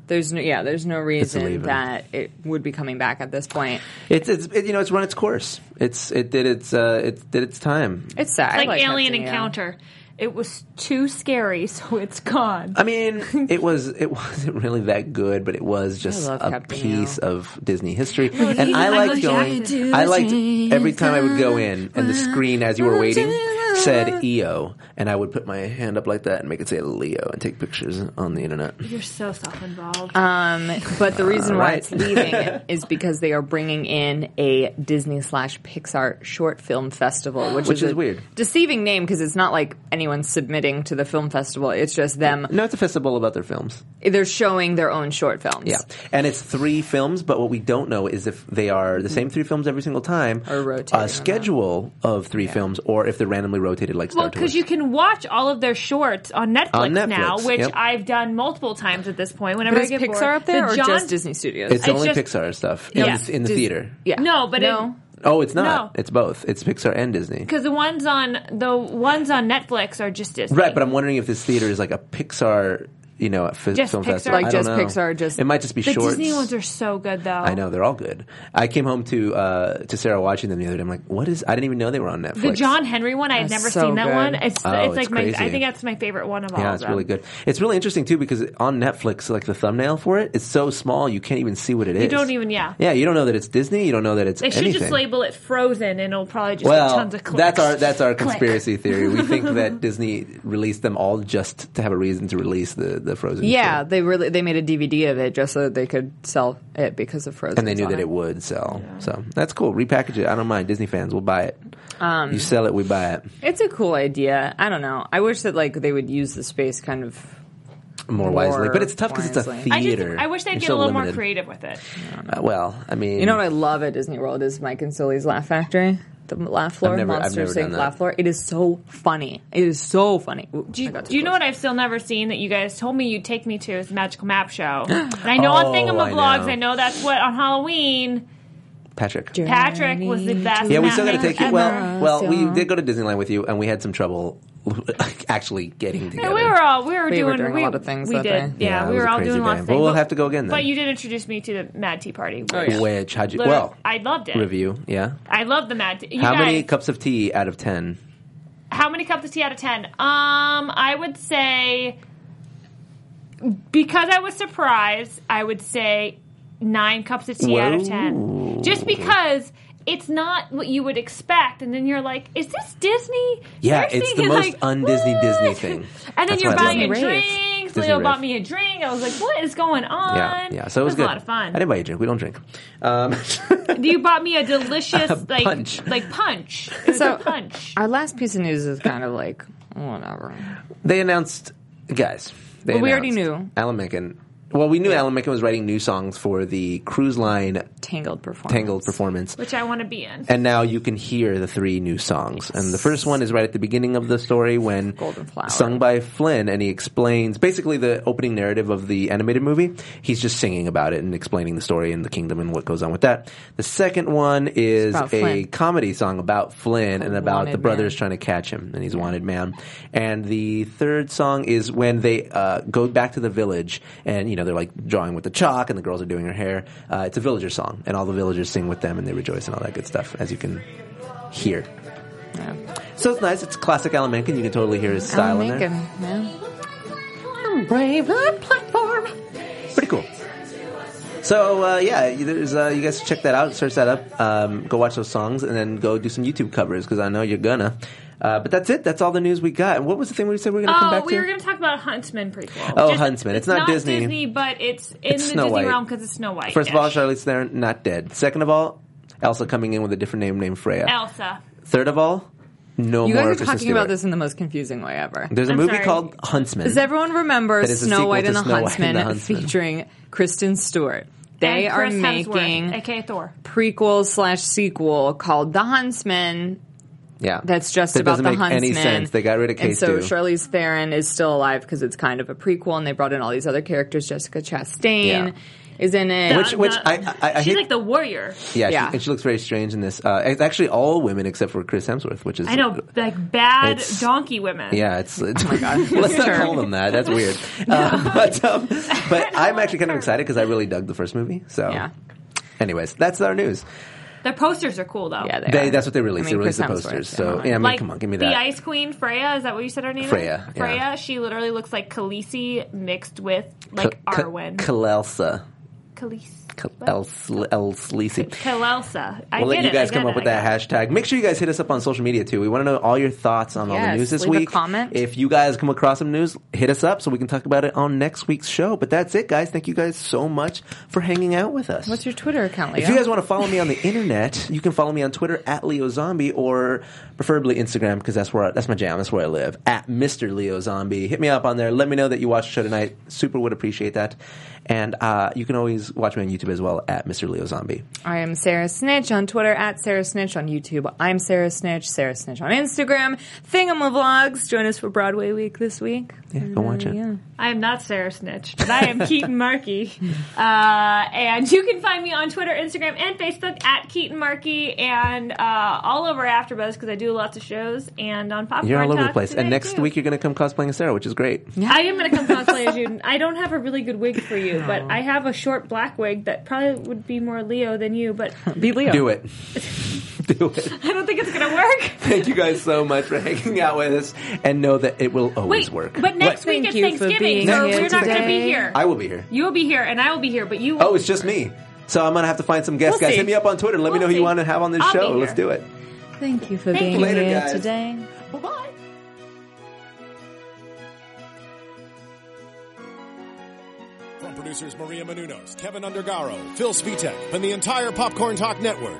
[SPEAKER 6] There's no, yeah, there's no
[SPEAKER 4] leaving.
[SPEAKER 6] reason that it would be coming back at this point.
[SPEAKER 4] It's it's it, you know it's run its course. It's it did its uh, it did its time.
[SPEAKER 6] It's sad. I
[SPEAKER 5] Like, Alien
[SPEAKER 6] Captain Nemo.
[SPEAKER 5] Encounter. It was too scary, so it's gone.
[SPEAKER 4] I mean, it was it wasn't really that good, but it was just
[SPEAKER 6] love
[SPEAKER 4] a
[SPEAKER 6] Captain Oh,
[SPEAKER 4] piece of Disney history.
[SPEAKER 5] he
[SPEAKER 4] and I
[SPEAKER 5] likes
[SPEAKER 4] liked
[SPEAKER 5] Jack
[SPEAKER 4] going. I liked every time I would go in, and the screen as you were waiting said EO, and I would put my hand up like that and make it say Leo and take pictures on the internet.
[SPEAKER 5] You're so self-involved.
[SPEAKER 4] Uh,
[SPEAKER 6] Um, But the reason why
[SPEAKER 4] right.
[SPEAKER 6] it's leaving is because they are bringing in a Disney slash Pixar short film festival, which,
[SPEAKER 4] Which is
[SPEAKER 6] a
[SPEAKER 4] weird.
[SPEAKER 6] deceiving name because it's not like anyone's submitting to the film festival. It's just them.
[SPEAKER 4] No, it's a festival about their films.
[SPEAKER 6] They're showing their own short films.
[SPEAKER 4] Yeah, and it's three films, but what we don't know is if they are the same three films every single time,
[SPEAKER 6] Or rotating them
[SPEAKER 4] a
[SPEAKER 6] out.
[SPEAKER 4] schedule of three films, or if they're randomly rotated like Star
[SPEAKER 5] well,
[SPEAKER 4] Tours.
[SPEAKER 5] because you can watch all of their shorts on Netflix,
[SPEAKER 4] On Netflix,
[SPEAKER 5] now, which
[SPEAKER 4] yep.
[SPEAKER 5] I've done multiple times at this point. Whenever
[SPEAKER 6] But
[SPEAKER 5] I
[SPEAKER 6] is
[SPEAKER 5] get
[SPEAKER 6] Pixar
[SPEAKER 5] bored,
[SPEAKER 6] up there
[SPEAKER 5] the
[SPEAKER 6] or
[SPEAKER 5] John-
[SPEAKER 6] just Disney Studios?
[SPEAKER 4] it's,
[SPEAKER 5] it's
[SPEAKER 4] only
[SPEAKER 5] just-
[SPEAKER 4] Pixar stuff in,
[SPEAKER 5] Yeah.
[SPEAKER 4] the, in the
[SPEAKER 6] Dis-
[SPEAKER 4] theater.
[SPEAKER 6] Yeah.
[SPEAKER 5] No, but
[SPEAKER 6] no.
[SPEAKER 5] it,
[SPEAKER 4] Oh, it's not.
[SPEAKER 5] No.
[SPEAKER 4] It's both. It's Pixar and Disney.
[SPEAKER 5] because the ones on the ones on Netflix are just Disney.
[SPEAKER 4] Right, but I'm wondering if this theater is like a Pixar, you know, a f-
[SPEAKER 5] Just
[SPEAKER 4] film
[SPEAKER 5] Pixar?
[SPEAKER 4] festival.
[SPEAKER 5] Like
[SPEAKER 4] I don't
[SPEAKER 6] just
[SPEAKER 4] know.
[SPEAKER 6] Pixar, just-
[SPEAKER 4] it might just be
[SPEAKER 5] the
[SPEAKER 4] shorts.
[SPEAKER 5] Disney ones are so good, though.
[SPEAKER 4] I know they're all good. I came home to uh, to Sarah watching them the other day. I'm like, what is? I didn't even know they were on Netflix.
[SPEAKER 5] The John Henry one, I had
[SPEAKER 6] That's
[SPEAKER 5] never
[SPEAKER 6] so
[SPEAKER 5] seen that
[SPEAKER 6] good.
[SPEAKER 5] one. It's
[SPEAKER 4] Oh,
[SPEAKER 5] it's
[SPEAKER 4] it's
[SPEAKER 5] like my
[SPEAKER 4] crazy.
[SPEAKER 5] I think that's my favorite one of all.
[SPEAKER 4] Yeah,
[SPEAKER 5] of
[SPEAKER 4] it's
[SPEAKER 5] them.
[SPEAKER 4] really good. It's really interesting too because on Netflix, like the thumbnail for it, it's so small you can't even see what it is.
[SPEAKER 5] You don't even yeah.
[SPEAKER 4] Yeah, you don't know that it's Disney. You don't know that it's
[SPEAKER 5] They should
[SPEAKER 4] anything.
[SPEAKER 5] just label it Frozen, and it'll probably just
[SPEAKER 4] well,
[SPEAKER 5] get tons of clicks.
[SPEAKER 4] that's our that's our
[SPEAKER 5] Click.
[SPEAKER 4] conspiracy theory. We think that Disney released them all just to have a reason to release the the Frozen.
[SPEAKER 6] Yeah,
[SPEAKER 4] film.
[SPEAKER 6] they really they made a DVD of it just so that they could sell it because of Frozen.
[SPEAKER 4] and they knew that it would sell. So that's cool. Repackage it. I don't mind. Disney fans, we'll buy it.
[SPEAKER 5] Um,
[SPEAKER 4] you sell it, we buy it.
[SPEAKER 6] It's a cool idea. I don't know. I wish that like they would use the space kind of.
[SPEAKER 4] More wisely,
[SPEAKER 6] More
[SPEAKER 4] but it's tough because it's a
[SPEAKER 6] wisely.
[SPEAKER 5] I just
[SPEAKER 4] theater.
[SPEAKER 5] I wish they'd
[SPEAKER 4] You're
[SPEAKER 5] get
[SPEAKER 4] so
[SPEAKER 5] a little more
[SPEAKER 4] limited.
[SPEAKER 5] creative with it.
[SPEAKER 4] Uh, well, I mean,
[SPEAKER 6] You know what I love at Disney World is Mike and Sully's Laugh Factory. The laugh floor,
[SPEAKER 4] never- I've
[SPEAKER 6] Monsters
[SPEAKER 4] never
[SPEAKER 6] Inc.
[SPEAKER 4] done that.
[SPEAKER 6] laugh floor. It is so funny. It is so funny. Ooh,
[SPEAKER 5] Do
[SPEAKER 6] I
[SPEAKER 5] you,
[SPEAKER 6] got too
[SPEAKER 5] do you know
[SPEAKER 6] close.
[SPEAKER 5] what I've still never seen that you guys told me you'd take me to is the Magical Map Show? And I know on
[SPEAKER 4] Oh, I
[SPEAKER 5] Thingamavlogs,
[SPEAKER 4] know.
[SPEAKER 5] I know that's what on Halloween
[SPEAKER 4] Patrick.
[SPEAKER 5] Patrick was the best.
[SPEAKER 4] Yeah, we
[SPEAKER 5] map
[SPEAKER 4] still got to take you.
[SPEAKER 5] ever.
[SPEAKER 4] Well, well, we did go to Disneyland with you, and we had some trouble actually getting
[SPEAKER 5] Yeah,
[SPEAKER 4] together.
[SPEAKER 5] we were all we were
[SPEAKER 6] We
[SPEAKER 5] doing
[SPEAKER 6] were doing a
[SPEAKER 5] we,
[SPEAKER 6] lot of things
[SPEAKER 5] We
[SPEAKER 6] that
[SPEAKER 5] did,
[SPEAKER 6] day.
[SPEAKER 5] yeah,
[SPEAKER 4] Yeah, it
[SPEAKER 5] We
[SPEAKER 4] was
[SPEAKER 5] were
[SPEAKER 4] a
[SPEAKER 5] all
[SPEAKER 4] crazy
[SPEAKER 5] doing
[SPEAKER 4] day.
[SPEAKER 5] lots of
[SPEAKER 4] But
[SPEAKER 5] things.
[SPEAKER 4] we'll have to go again then.
[SPEAKER 5] But you did introduce me to the Mad Tea Party.
[SPEAKER 4] Which how'd you?
[SPEAKER 5] Literally-
[SPEAKER 4] Well,
[SPEAKER 5] I loved it.
[SPEAKER 4] review. Yeah.
[SPEAKER 5] I love the Mad Tea. You
[SPEAKER 4] How
[SPEAKER 5] guys,
[SPEAKER 4] many cups of tea out of ten?
[SPEAKER 5] How many cups of tea out of ten? Um, I would say because I was surprised, I would say nine cups of tea out of ten. Just because it's not what you would expect, and then you're like, "Is this Disney?"
[SPEAKER 4] Yeah,
[SPEAKER 5] You're
[SPEAKER 4] it's the
[SPEAKER 5] thinking,
[SPEAKER 4] most
[SPEAKER 5] like,
[SPEAKER 4] un-Disney
[SPEAKER 5] "What?"
[SPEAKER 4] Disney thing.
[SPEAKER 5] And then
[SPEAKER 4] That's
[SPEAKER 5] you're
[SPEAKER 4] why I love
[SPEAKER 5] buying
[SPEAKER 4] it.
[SPEAKER 5] a
[SPEAKER 4] Disney riff.
[SPEAKER 5] drink.
[SPEAKER 4] Disney
[SPEAKER 5] Leo
[SPEAKER 4] riff.
[SPEAKER 5] bought me a drink. I was like, "What is going on?"
[SPEAKER 4] Yeah, yeah. So it was,
[SPEAKER 5] a
[SPEAKER 4] good.
[SPEAKER 5] lot of fun.
[SPEAKER 4] I didn't buy you a drink. We don't drink. Um,
[SPEAKER 5] you bought me a delicious like
[SPEAKER 4] punch.
[SPEAKER 5] like punch. It was
[SPEAKER 6] So-
[SPEAKER 5] a punch.
[SPEAKER 6] Our last piece of news is kind of like whatever.
[SPEAKER 4] they announced, guys. They
[SPEAKER 6] Well, we already
[SPEAKER 4] announced
[SPEAKER 6] knew.
[SPEAKER 4] Alan Menken. Well, we knew Alan Menken was writing new songs for the cruise line
[SPEAKER 6] Tangled performance.
[SPEAKER 4] Tangled performance.
[SPEAKER 5] Which I want to be in.
[SPEAKER 4] And now you can hear the three new songs. And the first one is right at the beginning of the story when
[SPEAKER 6] Golden Flower.
[SPEAKER 4] sung by Flynn and he explains basically the opening narrative of the animated movie. He's just singing about it and explaining the story and the kingdom and what goes on with that. The second one is
[SPEAKER 6] about
[SPEAKER 4] a
[SPEAKER 6] Flynn.
[SPEAKER 4] comedy song about Flynn and about
[SPEAKER 6] wanted
[SPEAKER 4] the brothers
[SPEAKER 6] man.
[SPEAKER 4] trying to catch him and he's a wanted man. And the third song is when they uh, go back to the village and you know they're like drawing with the chalk and the girls are doing her hair. Uh, it's a villager song and all the villagers sing with them and they rejoice and all that good stuff as you can hear. So it's nice. It's classic Alan Menken. You can totally hear his style
[SPEAKER 6] Alan
[SPEAKER 4] in there.
[SPEAKER 6] Menken. Yeah.
[SPEAKER 4] Brave platform. Pretty cool. So uh, yeah, there's uh, you guys check that out, search that up, um, go watch those songs, and then go do some YouTube covers because I know you're gonna. Uh, but that's it. That's all the news we got. What was the thing we said we were gonna come
[SPEAKER 5] Oh,
[SPEAKER 4] back
[SPEAKER 5] we
[SPEAKER 4] to?
[SPEAKER 5] were going to talk about Huntsman prequel.
[SPEAKER 4] Oh, Huntsman. It's not Disney.
[SPEAKER 5] but it's in
[SPEAKER 4] It's
[SPEAKER 5] the
[SPEAKER 4] Snow
[SPEAKER 5] Disney
[SPEAKER 4] White.
[SPEAKER 5] realm because it's Snow White.
[SPEAKER 4] First of all, Charlize Theron not dead. Second of all, Elsa coming in with a different name named Freya.
[SPEAKER 5] Elsa.
[SPEAKER 4] Third of all, no
[SPEAKER 6] You
[SPEAKER 4] more.
[SPEAKER 6] guys are
[SPEAKER 4] Kristen
[SPEAKER 6] talking about
[SPEAKER 4] Stewart.
[SPEAKER 6] this in the most confusing way ever.
[SPEAKER 4] There's a
[SPEAKER 5] I'm
[SPEAKER 4] movie
[SPEAKER 5] sorry.
[SPEAKER 4] called Huntsman.
[SPEAKER 6] Does everyone remember
[SPEAKER 4] That is a
[SPEAKER 6] Snow
[SPEAKER 4] sequel
[SPEAKER 6] White
[SPEAKER 4] to
[SPEAKER 6] and the,
[SPEAKER 4] Snow White and
[SPEAKER 6] Huntsman
[SPEAKER 4] the Huntsman.
[SPEAKER 6] featuring Kristen Stewart? They
[SPEAKER 5] And
[SPEAKER 6] are
[SPEAKER 5] Chris Hemsworth,
[SPEAKER 6] making
[SPEAKER 5] aka Thor.
[SPEAKER 6] prequel slash sequel called The Huntsman.
[SPEAKER 4] yeah,
[SPEAKER 6] That's just
[SPEAKER 4] that
[SPEAKER 6] about
[SPEAKER 4] doesn't
[SPEAKER 6] the
[SPEAKER 4] make
[SPEAKER 6] Huntsman.
[SPEAKER 4] any sense. They got rid of K
[SPEAKER 6] and so
[SPEAKER 4] two.
[SPEAKER 6] Charlize Theron is still alive because it's kind of a prequel, and they brought in all these other characters. Jessica Chastain
[SPEAKER 4] Yeah.
[SPEAKER 6] is in it.
[SPEAKER 4] Which- which I- I- I
[SPEAKER 5] she's
[SPEAKER 4] hate-
[SPEAKER 5] like the warrior.
[SPEAKER 4] Yeah,
[SPEAKER 6] Yeah.
[SPEAKER 4] She, and she looks very strange in this. Uh, it's actually all women except for Chris Hemsworth, which is
[SPEAKER 5] I know, like bad
[SPEAKER 4] It's-
[SPEAKER 5] donkey women.
[SPEAKER 4] Yeah, it's, it's oh my god. Let's not call them that. That's weird. Uh, but um, but I'm actually kind of excited because I really dug the first movie. So,
[SPEAKER 6] Yeah.
[SPEAKER 4] anyways, that's our news.
[SPEAKER 5] Their posters are cool though.
[SPEAKER 6] yeah, they,
[SPEAKER 4] They,
[SPEAKER 6] are.
[SPEAKER 4] that's what they released.
[SPEAKER 6] I mean,
[SPEAKER 4] they released
[SPEAKER 6] Chris
[SPEAKER 4] the
[SPEAKER 6] Hemsworth,
[SPEAKER 4] posters.
[SPEAKER 6] yeah.
[SPEAKER 4] So yeah, I mean,
[SPEAKER 5] Like
[SPEAKER 4] come on, give me
[SPEAKER 5] the
[SPEAKER 4] that.
[SPEAKER 5] Ice Queen Freya, is that what you said her name
[SPEAKER 4] Freya,
[SPEAKER 5] is?
[SPEAKER 4] yeah.
[SPEAKER 5] Freya, she literally looks like Khaleesi mixed with
[SPEAKER 4] K-
[SPEAKER 5] like
[SPEAKER 4] K-
[SPEAKER 5] Arwen.
[SPEAKER 4] Kalelsa.
[SPEAKER 5] Khaleesi.
[SPEAKER 4] K- Els- Elsleacy.
[SPEAKER 5] Kalelsa. I
[SPEAKER 4] We'll
[SPEAKER 5] did
[SPEAKER 4] let you
[SPEAKER 5] it,
[SPEAKER 4] guys
[SPEAKER 5] I
[SPEAKER 4] come
[SPEAKER 5] did
[SPEAKER 4] up
[SPEAKER 5] it,
[SPEAKER 4] with
[SPEAKER 5] I
[SPEAKER 4] that
[SPEAKER 5] got it.
[SPEAKER 4] hashtag. Make sure you guys hit us up on social media too. We want to know all your thoughts on all the
[SPEAKER 6] Yes,
[SPEAKER 4] news this
[SPEAKER 6] leave a
[SPEAKER 4] week.
[SPEAKER 6] comment.
[SPEAKER 4] If you guys come across some news, hit us up so we can talk about it on next week's show. But that's it, guys. Thank you guys so much for hanging out with us.
[SPEAKER 6] What's your Twitter account, Leo?
[SPEAKER 4] If you guys want to follow me on the internet, you can follow me on Twitter at Leo Zombie or preferably Instagram because that's where I, that's my jam. That's where I live at Mr. Leo Zombie. Hit me up on there. Let me know that you watched the show tonight. Super would appreciate that. And uh, you can always watch me on YouTube as well at Mr. Leo Zombie.
[SPEAKER 6] I am Sarah Snitch on Twitter at Sarah Snitch on YouTube. I'm Sarah Snitch, Sarah Snitch on Instagram. Thingamavlogs. Join us for Broadway Week this week.
[SPEAKER 4] Yeah, go watch it.
[SPEAKER 5] I am not Sarah Snitch, but I am Keaton Markey. Uh, and you can find me on Twitter, Instagram, and Facebook at Keaton Markey and uh, all over AfterBuzz because I do lots of shows and on Popcorn
[SPEAKER 4] You're all over the
[SPEAKER 5] Talk
[SPEAKER 4] place. And
[SPEAKER 5] today,
[SPEAKER 4] next
[SPEAKER 5] too.
[SPEAKER 4] week you're going to come cosplaying as Sarah, which is great.
[SPEAKER 5] I am going to come cosplay as you. I don't have a really good wig for you, but I have a short black wig that probably would be more Leo than you, but
[SPEAKER 6] Be Leo.
[SPEAKER 4] Do it. Do it.
[SPEAKER 5] I don't think it's going to work.
[SPEAKER 4] Thank you guys so much for hanging out with us and know that it will
[SPEAKER 5] Wait,
[SPEAKER 4] always work.
[SPEAKER 5] but next
[SPEAKER 6] What?
[SPEAKER 5] week
[SPEAKER 6] Thank
[SPEAKER 5] is
[SPEAKER 6] you for
[SPEAKER 5] Thanksgiving,
[SPEAKER 6] being
[SPEAKER 5] so
[SPEAKER 4] here
[SPEAKER 5] we're not going to be
[SPEAKER 6] today.
[SPEAKER 5] here.
[SPEAKER 4] I will be here.
[SPEAKER 5] You'll be here, and I will be here, but you.
[SPEAKER 4] Oh, it's just me. So I'm going to have to find some guests.
[SPEAKER 6] We'll
[SPEAKER 4] guys,
[SPEAKER 6] see.
[SPEAKER 4] hit me up on Twitter. Let me
[SPEAKER 5] We'll
[SPEAKER 4] know who
[SPEAKER 5] see.
[SPEAKER 4] you want to have on this
[SPEAKER 5] I'll be
[SPEAKER 4] show.
[SPEAKER 5] here.
[SPEAKER 4] Let's do it.
[SPEAKER 6] Thank you for
[SPEAKER 5] Thank
[SPEAKER 6] being
[SPEAKER 5] you.
[SPEAKER 4] Later,
[SPEAKER 6] here
[SPEAKER 4] guys.
[SPEAKER 6] today.
[SPEAKER 4] Bye-bye.
[SPEAKER 2] From producers Maria Menunos, Kevin Undergaro, Phil Svitek, and the entire Popcorn Talk Network,